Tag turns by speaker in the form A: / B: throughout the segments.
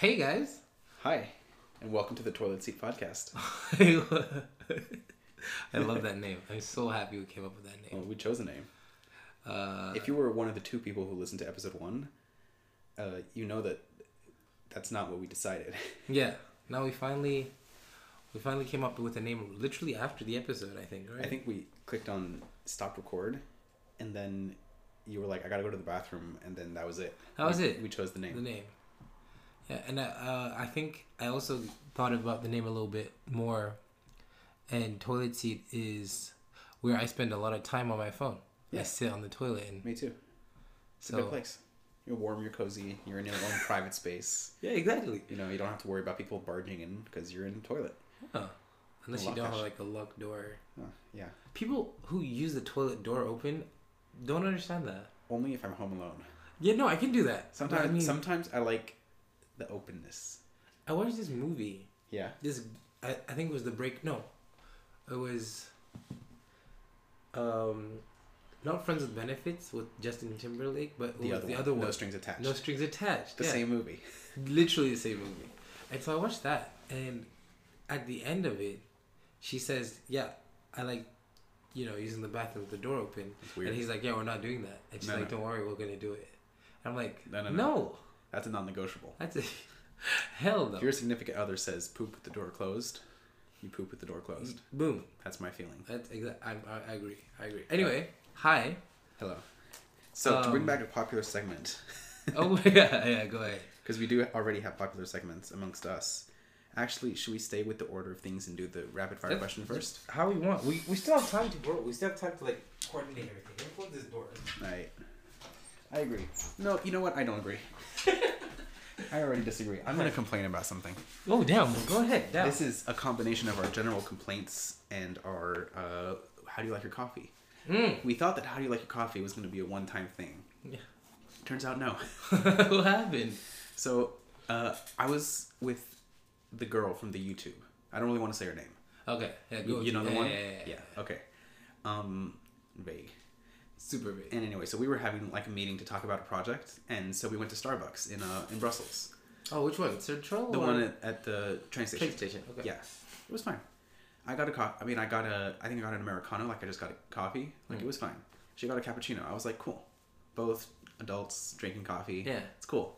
A: Hey guys.
B: Hi, and welcome to the Toilet Seat Podcast.
A: I love that name. I'm so happy we came up with that
B: Well,
A: name.
B: we chose a name.
A: Uh,
B: If you were one of the two people who listened to episode one, uh, you know that that's not what we decided.
A: yeah. Now we finally we finally came up with a name literally after the episode, I think, right?
B: I think we clicked on stop record, and then you were like, "I gotta go to the bathroom," and then that was it.
A: That was
B: We-
A: it.
B: We chose the name.
A: the name. Yeah, and I, uh, I think I also thought about the name a little bit more. And toilet seat is where I spend a lot of time on my phone. I
B: Yeah.
A: sit on the toilet and
B: Me too. It's a
A: so
B: good place. You're warm. You're cozy. You're in your own private space.
A: yeah, exactly.
B: You know, you don't have to worry about people barging in because you're in the toilet.
A: Oh. Unless you
B: Lock
A: don't have
B: us.
A: like a locked door.
B: Oh, yeah.
A: People who use the toilet door open don't understand that.
B: Only if I'm home alone.
A: Yeah, no, I can do that.
B: Sometimes,
A: I mean,
B: sometimes I like the openness.
A: I watched this movie.
B: Yeah.
A: This, I, I think it was the break. No, it was, um, not Friends with Benefits with Justin Timberlake, but it
B: the
A: was
B: other
A: the
B: one.
A: other
B: No
A: one.
B: strings attached.
A: No strings attached.
B: the
A: yeah.
B: same movie.
A: literally the same movie. And so I watched that, and at the end of it, she says, "Yeah, I like, you know, using the bathroom with the door open."
B: It's weird.
A: And he's like, "Yeah, we're not doing that." And she's
B: No,
A: like,
B: no.
A: "Don't worry, we're gonna do it." And I'm like, "No,
B: No,
A: no,
B: no, no. That's a non-negotiable.
A: that's a hell no."
B: If your significant other says poop with the door closed, you poop with the door
A: Mm.
B: closed.
A: Boom.
B: That's my feeling.
A: That's exa- I, I, I agree. I agree. Anyway, hi.
B: Hello. So to bring
A: Um,
B: back a popular segment,
A: Oh yeah, yeah. Go ahead.
B: because we do already have popular segments amongst us. Actually, should we stay with the order of things and do the rapid fire
A: That's-
B: question first?
A: How we want. We, we still have time to work. We still have time to like coordinate everything. Let me close this door.
B: I, I agree. No, you know what? I don't agree. I already disagree. I'm gonna complain about something.
A: Oh damn! Go ahead. Down.
B: This is a combination of our general complaints and our uh, how do you like your coffee.
A: Mm.
B: We thought that how do you like your coffee was going to be a one time thing.
A: Yeah.
B: Turns out no.
A: what happened?
B: So uh, I was with the girl from the YouTube. I don't really want to say her name.
A: Okay. Yeah,
B: You,
A: go
B: you know the
A: yeah,
B: one?
A: Yeah, yeah, yeah.
B: Okay. Um, vague.
A: Super big.
B: And anyway, so we were having like a meeting to talk about a project, and so we went to Starbucks in uh, in Brussels.
A: Oh, which one? Sir Troll?
B: The
A: or-
B: one at, at the train station.
A: Train station, okay.
B: Yeah, it was fine. I got a co- I mean, I got a. I think I got an americano. Like I just got a coffee.
A: Mm.
B: Like it was fine. She got a cappuccino. I was like, cool. Both adults drinking coffee.
A: Yeah.
B: it's cool.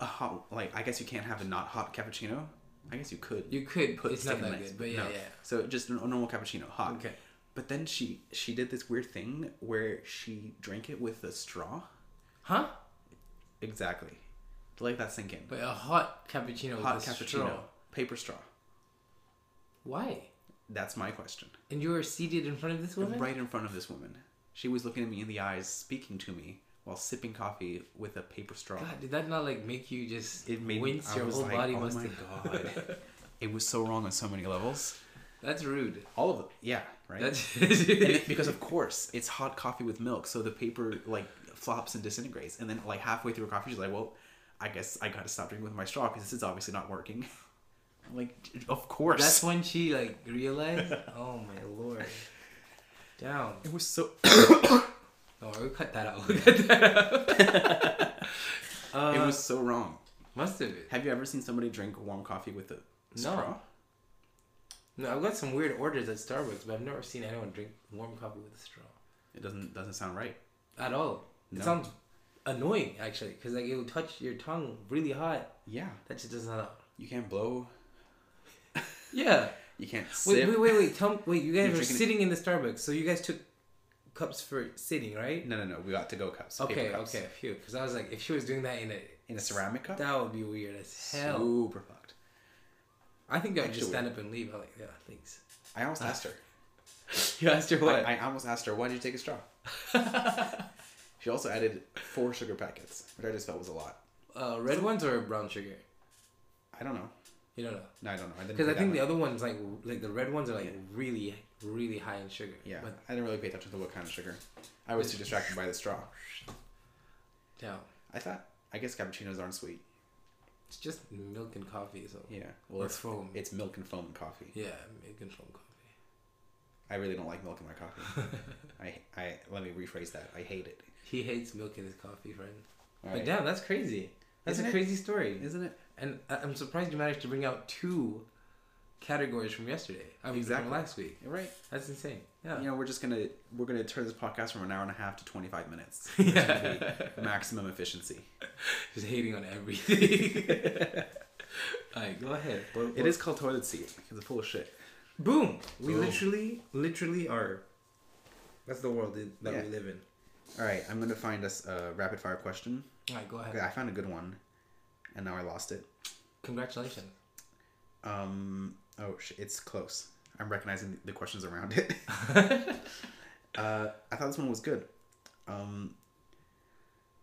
B: A hot, like I guess you can't have a not hot cappuccino. I guess you could.
A: You could.
B: put
A: it's not that
B: stimulants,
A: good, but yeah,
B: no.
A: yeah.
B: So just a normal cappuccino, hot.
A: Okay.
B: But then she she did this weird thing where she drank it with a straw.
A: Huh?
B: Exactly. Let that sink in.
A: But a hot cappuccino
B: hot
A: with a
B: cappuccino,
A: straw.
B: paper straw.
A: Why?
B: That's my question.
A: And you were seated in front of this woman?
B: Right in front of this woman. She was looking at me in the eyes, speaking to me while sipping coffee with a paper straw.
A: God, did that not like make you just
B: it made
A: wince?
B: me. I
A: Your
B: was
A: whole
B: like,
A: body
B: oh
A: must
B: my
A: have-
B: god, it was so wrong on so many levels.
A: That's rude.
B: All of it, yeah, right.
A: That's
B: and it- because of course it's hot coffee with milk, so the paper like flops and disintegrates. And then like halfway through her coffee, she's like, "Well, I guess I gotta stop drinking with my straw because this is obviously not working." I'm like, of course.
A: That's when she like realized. oh my lord. Down.
B: it was so.
A: Oh, we cut that out. We'll cut that out.
B: it
A: Uh,
B: was so wrong.
A: must have been.
B: Have you ever seen somebody drink warm coffee with a straw?
A: No, I've got some weird orders at Starbucks, but I've never seen anyone drink warm coffee with a straw
B: It doesn't doesn't sound right.
A: at all. It
B: No.
A: sounds annoying actually, because like it'll touch your tongue really hot.
B: Yeah,
A: That just doesn't. Help.
B: you can't blow.
A: Yeah.
B: You can't sip.
A: Wait, wait, wait, wait. Tell, wait, you guys
B: You're
A: were
B: drinking-
A: sitting in the Starbucks, so you guys took cups for sitting, right?
B: No, no, no. We got to go cups. paper
A: Okay,
B: cups.
A: okay, phew. Because I was like, if she was doing that in a
B: In a ceramic cup.
A: that would be weird as hell.
B: Super fucked.
A: I think I'd just
B: Actually-
A: stand up and leave. I like, yeah, thanks.
B: I almost asked her.
A: You asked her what?
B: I, I almost asked her why did you take a straw. she also added four sugar packets, which I just felt was a lot.
A: uh, red ones or brown sugar?
B: I don't know.
A: You don't know.
B: No, I don't know. I didn't.
A: Because I
B: pay
A: think the
B: that
A: other ones, like like the red ones, are like really, really high in sugar.
B: much. yeah,
A: But
B: I didn't really pay attention to what kind of sugar. I was too distracted by the straw.
A: yeah,
B: I thought. I guess cappuccinos aren't sweet.
A: it's just milk and coffee. So yeah,
B: Yeah. Well,
A: Or
B: it's
A: foam.
B: It's milk and foam and coffee.
A: yeah milk and foam coffee.
B: I really don't like milk in my coffee. I I let me rephrase that. I hate it.
A: He hates milk in his coffee, friend.
B: All
A: But
B: right.
A: damn, that's crazy. That's
B: Isn't
A: a
B: it?
A: crazy story.
B: Isn't it?
A: And I- I'm surprised you managed to bring out two categories from yesterday. I mean,
B: Exactly.
A: from last week.
B: You're right.
A: That's insane. Yeah.
B: You know, we're just gonna we're gonna turn this podcast from an hour and a half to twenty five minutes. It's gonna be maximum efficiency.
A: Just hating on everything. All right, go ahead.
B: It is called toilet seat because it's full of shit.
A: Boom. We
B: Boom.
A: literally, literally are. That's the world that that
B: Yeah.
A: we live in.
B: All right, I'm gonna find us a rapid fire question.
A: All right, go ahead.
B: Okay, I found a good one, and now I lost it.
A: Congratulations.
B: Um, oh, sh- it's close. I'm recognizing the questions around it. uh, I thought this one was good. Um,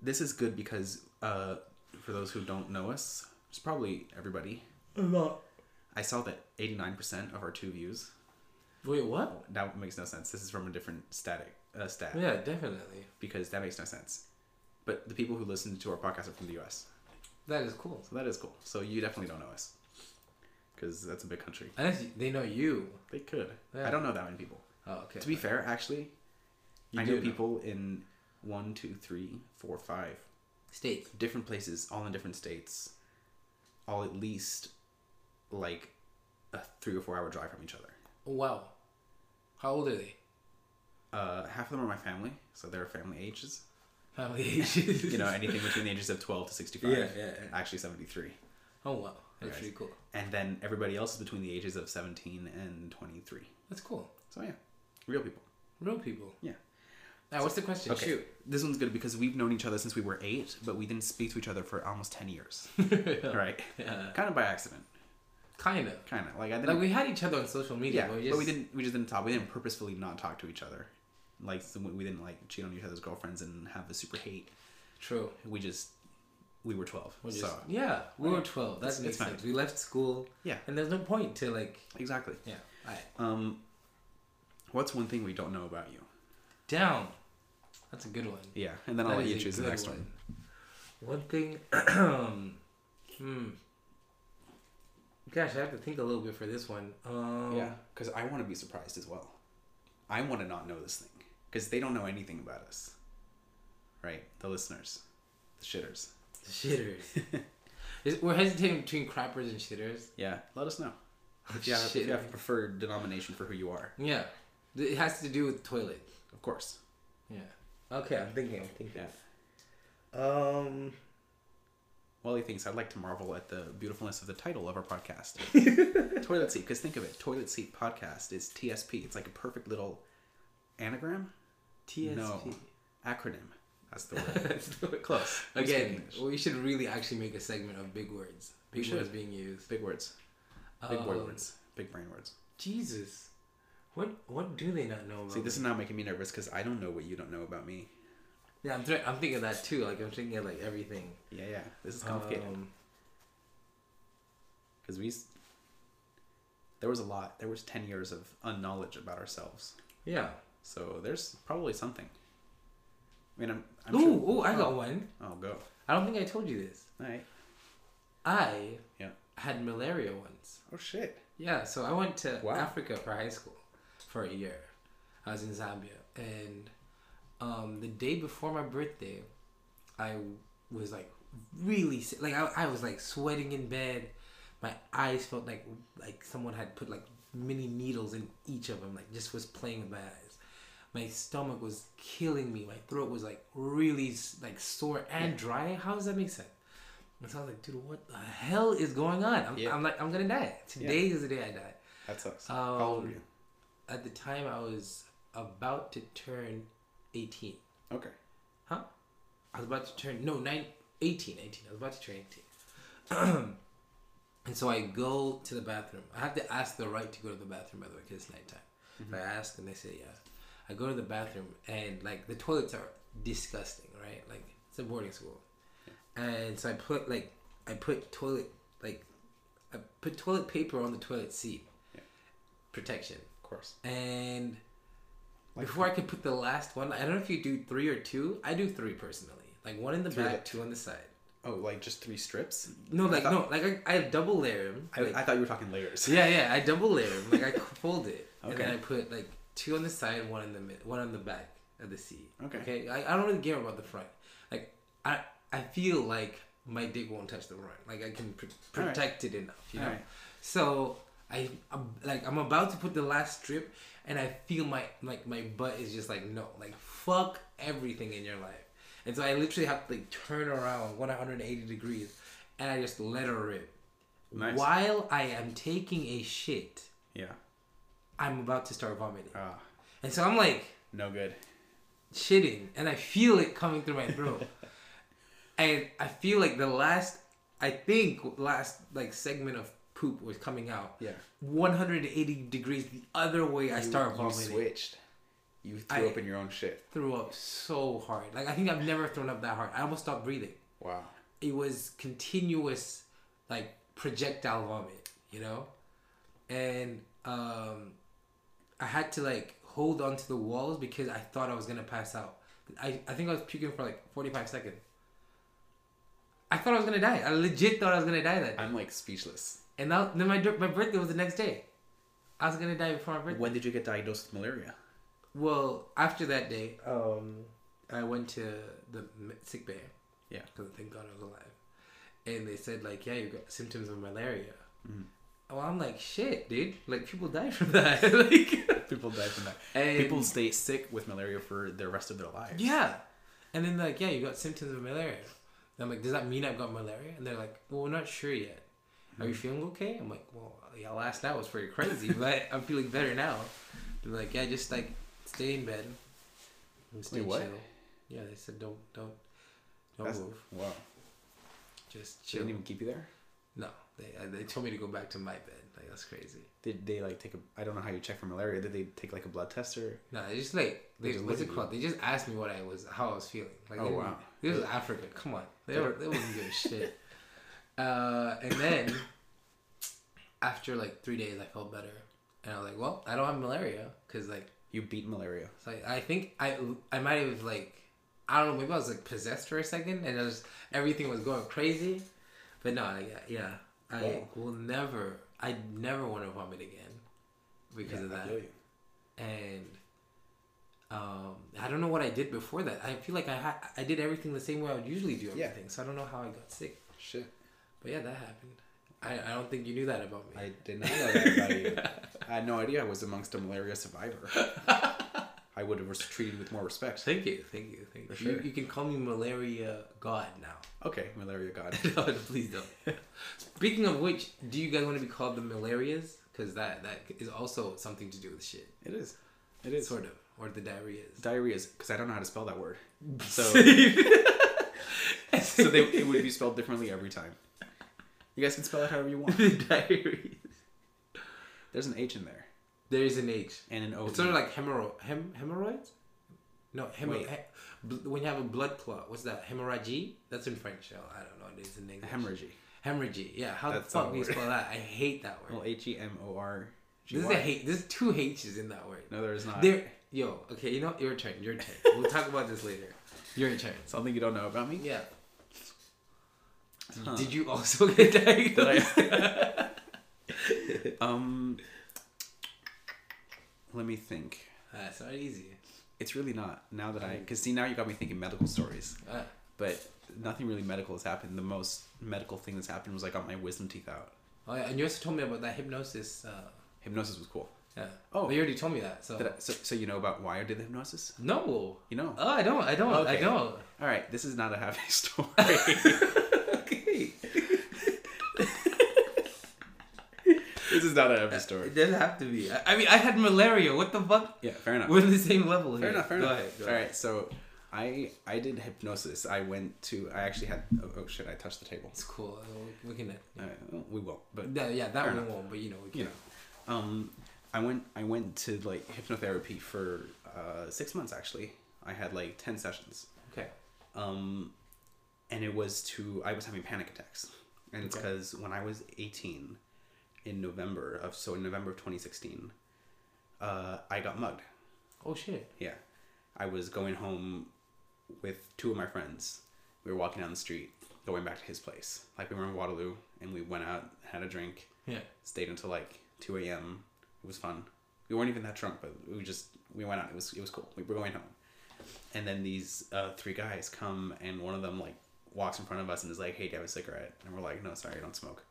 B: this is good because uh, for those who don't know us, it's probably everybody. I saw that 89% of our two views.
A: Wait, what?
B: That makes no sense. This is from a different static uh, stat
A: Yeah, definitely.
B: because that makes no sense. But the people who listen to our podcast are from the U.S.,
A: That is cool.
B: so that is cool. So you definitely don't know us because that's a big country.
A: Unless you- they know you.
B: They could.
A: Yeah.
B: I don't know that many people.
A: Oh, okay.
B: To be fair, actually,
A: You
B: I
A: do
B: know
A: know.
B: people in one, two, three, four, five
A: States.
B: different places, all in different states, all at least like a three or four hour drive from each other.
A: Oh, Wow. How old are they?
B: Uh, half of them are my family, so they're family ages.
A: Family ages.
B: You know, anything between the ages of twelve to sixty-five.
A: Yeah, yeah, yeah.
B: Actually, seventy-three.
A: Oh wow, that's
B: Guys.
A: pretty cool.
B: And then everybody else is between the ages of seventeen and twenty-three.
A: That's cool.
B: So yeah, real people.
A: Real people.
B: Yeah.
A: Now, what's the question?
B: Okay.
A: Shoot.
B: This one's good because we've known each other since we were eight, but we didn't speak to each other for almost ten years. Right. Kind of by accident.
A: Kind of.
B: Kind of like I didn't.
A: Like we had each other on social media,
B: yeah,
A: but we
B: but
A: just
B: we didn't. We just didn't talk. We didn't purposefully not talk to each other. Like so we we didn't like cheat on each other's girlfriends and have a super hate.
A: True.
B: We just we were 12
A: We're just-
B: so
A: yeah, we were
B: Right.
A: twelve. That
B: It's-
A: makes
B: it's fine.
A: sense. We left school.
B: Yeah.
A: And there's no point to like.
B: exactly.
A: Yeah. All right.
B: Um, what's one thing we don't know about you?
A: Down. That's a good one.
B: Yeah, and then I'll
A: That
B: let
A: is
B: you
A: a
B: choose the
A: good
B: next one.
A: One thing. hmm. Gosh, I have to think a little bit for this one. Um,
B: Yeah, because I want to be surprised as well. I want to not know this thing because they don't know anything about us, right? The listeners, the shitters.
A: Shitters. Is- We're hesitating between crappers and shitters.
B: Yeah, let us know. If you, have, if you have a preferred denomination for who you are,
A: Yeah. It has to do with toilet.
B: of course.
A: Yeah. Okay, I'm thinking. I'm thinking.
B: Yeah.
A: Um.
B: Wally thinks I'd like to marvel at the beautifulness of the title of our podcast, Toilet Seat. Because think of it, Toilet Seat Podcast is TSP. It's like a perfect little anagram.
A: TSP.
B: No, acronym. That's the word. Close. I'm speaking
A: Again,
B: English.
A: we should really actually make a segment of big words. Big
B: should.
A: words being used.
B: big words, big boy
A: Um,
B: words, big brain words.
A: Jesus. What what do they not know about?
B: See, this
A: me?
B: is now making me nervous because I don't know what you don't know about me.
A: yeah, I'm, th- I'm thinking that too. Like I'm thinking of like everything.
B: Yeah, yeah. This is complicated
A: Um,
B: because we. s- There was a lot. There was ten years of unknowledge about ourselves.
A: yeah.
B: So there's probably something. I mean, I'm. I'm
A: ooh,
B: sure.
A: ooh, I got one.
B: I'll go.
A: I don't think I told you this.
B: All right.
A: I
B: Yeah.
A: had malaria once.
B: Oh shit.
A: Yeah, so I went to
B: Wow.
A: Africa for high school for a year. I was in Zambia, and um, the day before my birthday, I was like really sick. Like I, I was like sweating in bed. My eyes felt like like someone had put like mini needles in each of them. Like just was playing with my eyes. My stomach was killing me. My throat was like really s- like sore and dry. How does that make sense? And so I was like, dude, what the hell is going on? I'm,
B: Yeah.
A: I'm like, I'm gonna die. Today is the day I die.
B: That sucks. How old were
A: Um,
B: you?
A: At the time, I was about to turn 18.
B: Okay.
A: Huh? I was about to turn no nine, 18, 18. I was about to turn 18. and so I go to the bathroom. I have to ask the right to go to the bathroom by the way because it's nighttime. But I ask and they say yes. I go to the bathroom and like the toilets are disgusting, right? Like it's a boarding school, and so I put like I put toilet like I put toilet paper on the toilet seat,
B: Yeah.
A: protection,
B: Of course.
A: and before I could put the last one, I don't know if you do three or two. I do three personally, like one in the
B: Three
A: back,
B: that-
A: two on the side.
B: Oh, like just three strips?
A: No, like
B: I
A: no, like I, I double layer them.
B: I, I thought you were talking layers.
A: yeah, yeah, I double layer them. Like I fold it, and
B: Okay.
A: then I put like two on the side, one in the mid, one on the back, and of the sea.
B: Okay.
A: Okay. I, I don't really care about the front. Like I I feel like my dick won't touch the front. Like I can pr-
B: All right.
A: protect it enough. You know.
B: Alright.
A: So I I'm, like I'm about to put the last strip, and I feel my like my butt is just like no, like fuck everything in your life. And so I literally have to like turn around 180 degrees, and I just let her rip.
B: Nice.
A: While I am taking a shit,
B: Yeah.
A: I'm about to start vomiting.
B: Ah,
A: And so I'm like
B: no good.
A: shitting and I feel it coming through my throat. and I feel like the last, I think last like segment of poop was coming out.
B: Yeah.
A: 180 degrees the other way I start
B: You
A: vomiting.
B: switched. You threw
A: I-
B: up in your own shit.
A: Threw up so hard. Like I think I've never thrown up that hard. I almost stopped breathing.
B: Wow.
A: It was continuous like projectile vomit, you know? And um I had to like hold onto the walls because I thought I was gonna pass out. I, I think I was puking for like 45 seconds. I thought I was gonna die. I legit thought I was gonna die that day.
B: I'm like speechless.
A: And that, then my dir- my birthday was the next day. I was gonna die before my birthday.
B: When did you get diagnosed with malaria?
A: Well, after that day, um, I went to the m- sick bay.
B: Yeah.
A: Because thank God I was alive. And they said like, yeah, you got symptoms of malaria.
B: Mm-hmm.
A: Well, I'm like, shit, dude. Like people die from that. like,
B: People die from that.
A: And-
B: People stay sick with malaria for the rest of their lives.
A: yeah. And then like, yeah, you got symptoms of malaria. And I'm like, does that mean I've got malaria? And they're like, well, we're not sure yet. Are
B: Hmm.
A: you feeling okay? I'm like, well, yeah, last night was pretty crazy, but I'm feeling better now. They're like, yeah, just like stay in bed. And stay
B: what?
A: chill. Yeah, they said don't don't don't
B: That's,
A: move.
B: Oh, wow.
A: Just
B: She
A: chill.
B: didn't even keep you there?
A: No, they uh, they told me to go back to my bed. Like that's crazy.
B: Did they like take a? I don't know how you check for malaria. Did they take like a blood test or?
A: No, they just like
B: They
A: they,
B: just
A: what's
B: look
A: it
B: at
A: called? They just asked me what I was, how I was feeling. Like,
B: Oh,
A: they-
B: wow.
A: this is Africa. Come on, they were,
B: They're-
A: they wouldn't give a shit. Uh, and then after like three days, I felt better, and I was like, well, I don't have malaria because like
B: You beat malaria.
A: it's like I think I I might have like I don't know maybe I was like possessed for a second and I was everything was going crazy, but no like, yeah I
B: Wow.
A: will never I never want to vomit again because of that
B: I feel you.
A: and um, I don't know what I did before that. I feel like I ha- I did everything the same way I would usually do
B: Yeah.
A: everything, so I don't know how I got sick.
B: Shit.
A: But yeah, that happened. I, I don't think you knew that about me.
B: I did not know that about you. I had no idea I was amongst a malaria survivor. I would have was treated with more respect.
A: thank you, thank you, thank you.
B: For
A: you.
B: sure.
A: You can call me malaria god now.
B: Okay, malaria god.
A: no, please don't. Speaking of which, do you guys want to be called the malarias? Because that that is also something to do with shit,
B: It is. It is.
A: sort of, or the diarrheas.
B: Diarrhea is because I don't know how to spell that word. So, so they, it would be spelled differently every time. You guys can spell it however you want.
A: the diarrheas.
B: There's an H in there
A: There is an H.
B: and an O.
A: It's sort of like hemorrho- hem- hemorrhoids? No, hemo-
B: Wait.
A: he- bl- when you have a blood clot, what's that? Hemorrhagie? That's in French. yo. I don't know. It is in English.
B: hemorrhage.
A: Hemorrhagie. Yeah. How
B: That's
A: the
B: not
A: fuck
B: a
A: do you
B: word.
A: spell that? I hate that word.
B: Well, H E M O R G
A: this is a
B: Y.
A: hate. There's two H's in that word.
B: No, there is not.
A: There. Yo. Okay. You know. Your turn. Your turn. we'll talk about this later. Your turn.
B: Something you don't know about me.
A: Yeah.
B: Huh.
A: Did you also get diagnosed?
B: Um, let me think.
A: That's Ah, not easy.
B: It's really not now that I because see now you got me thinking medical stories,
A: Uh,
B: but nothing really medical has happened. The most medical thing that's happened was I got my wisdom teeth out.
A: oh, yeah, and you also told me about that hypnosis. Uh,
B: Hypnosis was cool.
A: yeah.
B: Oh.
A: But you already told me that. So.
B: Did I, so, so you know about why I did the hypnosis?
A: no.
B: You know.
A: Oh, I don't. I don't. I
B: Okay.
A: don't.
B: All right, this is not a happy story.
A: Okay.
B: this is not a
A: Uh,
B: happy story.
A: It doesn't have to be. I, I mean, I had malaria. What the fuck?
B: Yeah, fair enough.
A: We're on the same level here.
B: Fair enough. Fair
A: Go
B: enough.
A: ahead, go
B: All
A: ahead.
B: right, so I I did hypnosis. I went to I actually had oh, oh shit I touched the table.
A: It's cool. We're looking at.
B: All right, well, we won't. But
A: Yeah, yeah that
B: Fair
A: one won't. But you know, we can.
B: you know, um, I went I went to like hypnotherapy for uh, six months actually. I had like ten sessions,
A: Okay.
B: um, and it was to I was having panic attacks, and it's because when I was eighteen, in November of so in November of twenty sixteen, uh, I got mugged.
A: Oh shit.
B: Yeah. I was going home with two of my friends. We were walking down the street, going back to his place. Like we were in Waterloo and we went out, had a drink,
A: Yeah.
B: stayed until like two AM. It was fun. We weren't even that drunk, but we just we went out. It was it was cool. We were going home. And then these uh, three guys come, and one of them like walks in front of us and is like, "Hey, do you have a cigarette?" And we're like, "No, sorry, I don't smoke."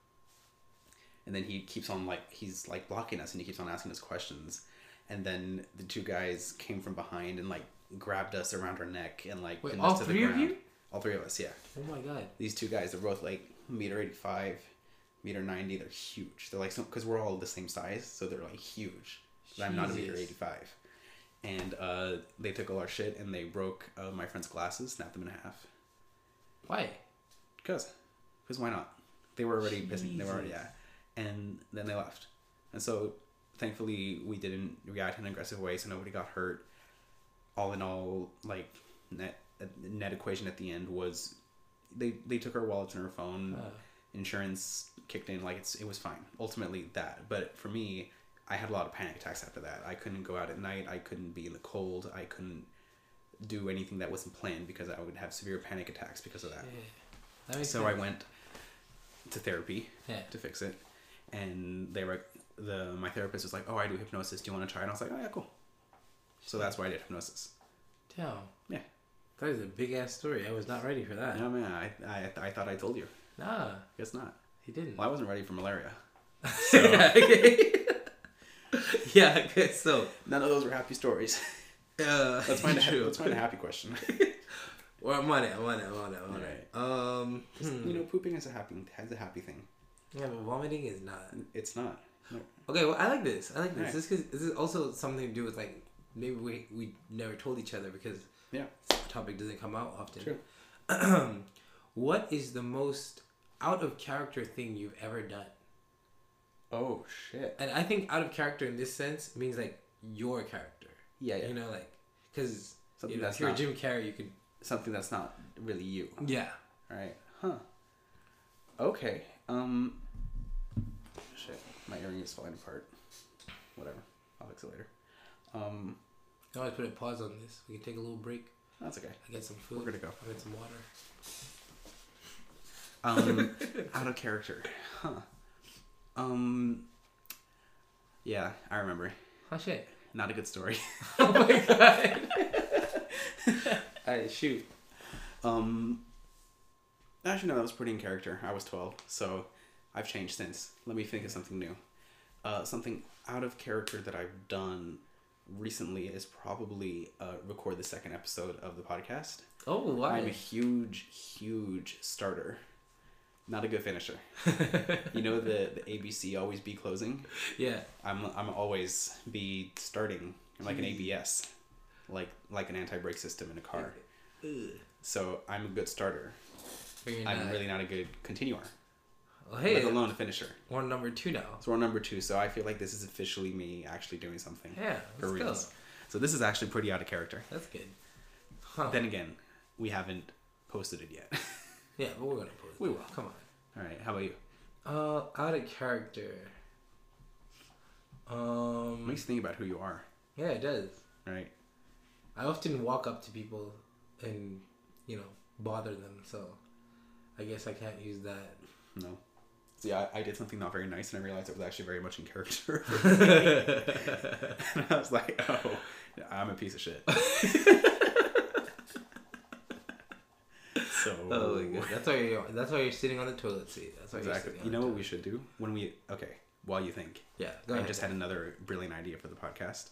B: And then he keeps on like he's like blocking us, and he keeps on asking us questions. And then the two guys came from behind and like grabbed us around our neck and like
A: Wait,
B: pinned
A: all
B: us to
A: three
B: the
A: of
B: ground.
A: you?
B: All three of us, yeah
A: Oh my god.
B: these two guys they're both like meter 85 meter 90 they're huge they're like because we're all the same size so they're like huge 'Cause i'm not a meter
A: Jesus.
B: 85 and uh, they took all our shit and they broke uh, my friend's glasses snapped them in half
A: Why?
B: because because why not they were already pissing they were already yeah
A: Jesus.
B: and then they left and so thankfully we didn't react in an aggressive way so nobody got hurt all in all like net net equation at the end was they they took our wallets and our phone
A: Oh.
B: insurance kicked in like it's it was fine ultimately that but for me i had a lot of panic attacks after that i couldn't go out at night i couldn't be in the cold i couldn't do anything that wasn't planned because i would have severe panic attacks because of that
A: Yeah. That makes
B: so
A: sense.
B: I went to therapy
A: Yeah.
B: to fix it, and they were the my therapist was like, "Oh, I do hypnosis. Do you want to try?" And I was like, "Oh yeah, cool." So that's why I did hypnosis.
A: Damn.
B: Yeah,
A: That is a big ass story. I was not ready for that.
B: no man, I, I I thought I told you.
A: Nah,
B: Guess not.
A: he didn't.
B: Well, I wasn't ready for malaria.
A: yeah, okay. yeah, okay, so.
B: None of those were happy stories.
A: Uh,
B: Let's find a
A: true.
B: let's find a happy question.
A: Well, I'm on it, I'm on it, I'm on it, I'm on it. Um, hmm.
B: you know, pooping is a happy is a happy thing.
A: yeah, but vomiting is not.
B: It's not. No.
A: Okay, well, I like this. I like this.
B: Alright.
A: This, is, this is also something to do with, like, maybe we, we never told each other because
B: Yeah.
A: the topic doesn't come out often.
B: True.
A: what is the most out of character thing you've ever done?
B: Oh shit.
A: And I think out of character in this sense means, like, your character.
B: Yeah, yeah.
A: You know, like, because, you
B: Something
A: know, if
B: that's
A: you're
B: not- Oh.
A: Jim Carrey, you could.
B: Something that's not really you.
A: Yeah.
B: Right. Huh. Okay. Um. Shit. My earring is falling apart. Whatever. I'll fix it later. Um.
A: I always put a pause on this. We can take a little break.
B: That's okay.
A: I get some food.
B: We're gonna go.
A: I get some water.
B: Um. out of character. Huh. Um. Yeah, I remember.
A: Oh shit.
B: Not a good story.
A: Oh my god.
B: I shoot. Um. Actually, no, that was pretty in character. I was twelve, so I've changed since. Let me think of something new. Uh, something out of character that I've done recently is probably uh, record the second episode of the podcast.
A: Oh
B: I'm a
A: why?
B: huge, huge starter, not a good finisher. you know the the ABC always be closing.
A: yeah.
B: I'm I'm always be starting I'm like an
A: Hmm.
B: ABS, like like an anti brake system in a car. So I'm a good starter.
A: But you're
B: I'm
A: not-
B: really not a good continuer,
A: Well, hey,
B: let alone a finisher.
A: we're on number two now.
B: So we're on number two. So I feel like this is officially me actually doing something.
A: Yeah,
B: for
A: let's go.
B: reals. So this is actually pretty out of character.
A: That's good. Huh.
B: Then again, we haven't posted it yet.
A: yeah, but we're gonna post.
B: We
A: it.
B: will.
A: Come on.
B: All right. How about you?
A: Uh, out of character.
B: It
A: Um.
B: makes you think about who you are,
A: Yeah, it does.
B: right?
A: I often walk up to people and you know bother them, so I guess I can't use that.
B: No. So yeah, I, I did something not very nice, and I realized it was actually very much in character. and I was like, "Oh, I'm a piece of shit." so
A: Oh my god. That's why you're. That's why you're sitting on the toilet seat. That's why
B: exactly.
A: you're
B: You
A: sitting.
B: know
A: on
B: what we should do when we okay? While you think,
A: the toilet. Yeah. Go
B: I
A: ahead.
B: just had another brilliant idea for the podcast.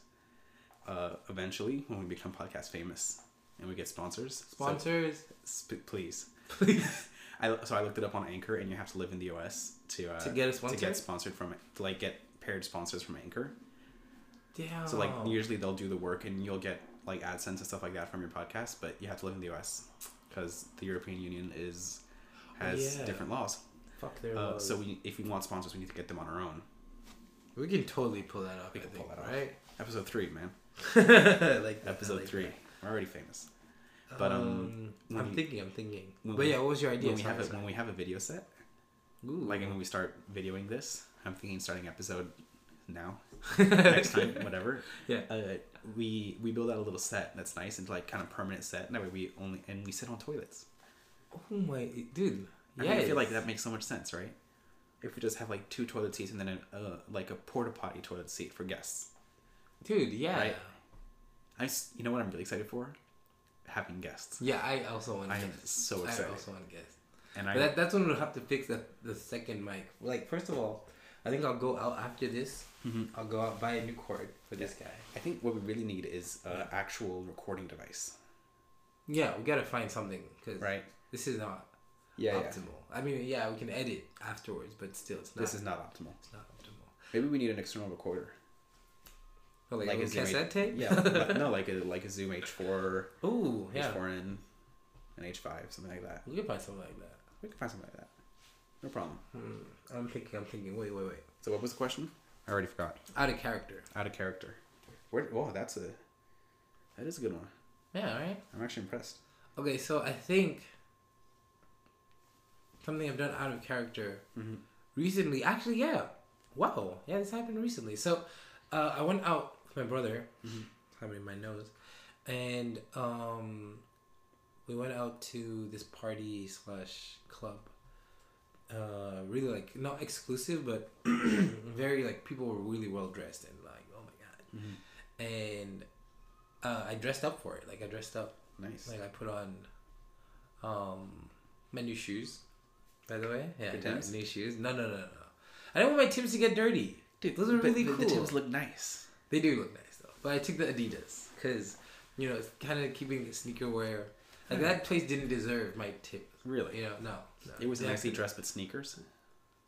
B: Uh, eventually, when we become podcast famous and we get sponsors, so
A: Sponsors,
B: sp- please.
A: please.
B: I so I looked it up on Anchor, and you have to live in the US to uh,
A: To get a
B: to
A: sponsor?
B: get sponsored from to like get paired sponsors from Anchor.
A: Damn.
B: So like usually they'll do the work, and you'll get like AdSense and stuff like that from your podcast, but you have to live in the US because the European Union is has
A: Yeah.
B: different laws.
A: Fuck their
B: Uh,
A: laws.
B: so we, if we want sponsors, we need to get them on our own.
A: we can totally pull that off.
B: We
A: I
B: can
A: think,
B: pull that off.
A: right?
B: Episode three, man.
A: like that,
B: Episode
A: like
B: three.
A: that.
B: We're already famous. But um, when
A: I'm
B: we-
A: thinking. I'm thinking.
B: when
A: But
B: we-
A: yeah, what was your idea?
B: when we
A: Sorry,
B: have a,
A: sorry.
B: when we have a video set,
A: Ooh.
B: like when we start videoing this, I'm thinking starting episode now, next time, whatever.
A: Yeah.
B: Uh, we we build out a little set that's nice and like kind of permanent set. And that way we only and we sit on toilets.
A: oh my dude.
B: I,
A: Yeah.
B: mean, I feel like that makes so much sense, right? If we just have like two toilet seats and then a, uh, like a porta potty toilet seat for guests.
A: Dude. Yeah.
B: Right. I s- you know what I'm really excited for? having guests.
A: Yeah, I also want.
B: I am
A: guests.
B: so
A: I
B: excited.
A: also want guests.
B: And
A: But
B: I
A: that, that's when we'll have to fix the, the second mic. Like, first of all, I think I'll go out after this.
B: Mm-hmm.
A: I'll go out buy a new cord for this guy.
B: I think what we really need is an actual recording device,
A: Yeah, we gotta find something because
B: right?
A: this is not
B: Yeah, yeah.
A: optimal. I mean, yeah, we can edit afterwards, but still, it's not.
B: This is not optimal.
A: it's not optimal.
B: Maybe we need an external recorder.
A: Oh, like, a
B: Zoom H-
A: cassette tape.
B: Yeah, like- no, like a like a Zoom H4,
A: Ooh, yeah.
B: H4n, an H5, something like that.
A: We could find something like that.
B: We can find something like that. No problem.
A: I'm thinking. I'm thinking. Wait, wait, wait.
B: So what was the question? I already forgot.
A: Out of character.
B: Out of character. Where? Oh, that's a. That is a good one.
A: Yeah. Right.
B: I'm actually impressed.
A: Okay, so I think something I've done out of character recently. Actually, yeah. Wow. Yeah, this happened recently. So uh, I went out with my brother, having my nose, and um, we went out to this party slash club. Uh, really like not exclusive, but very like people were really well dressed and like oh my god, and uh, I dressed up for it. Like I dressed up
B: Nice.
A: like I put on um my new shoes. By the way, yeah,
B: Your
A: I got
B: Timbs?
A: new shoes. No, no, no, no. I didn't want my Timbs to get dirty. Dude, those are
B: but
A: really
B: the,
A: cool.
B: The tips look nice.
A: they do look nice though. But I took the Adidas because you know it's kind of keeping the sneaker wear. Like that place didn't deserve my tip.
B: Really?
A: You know, no. no
B: It was
A: Nasty
B: nicely dressed, but sneakers.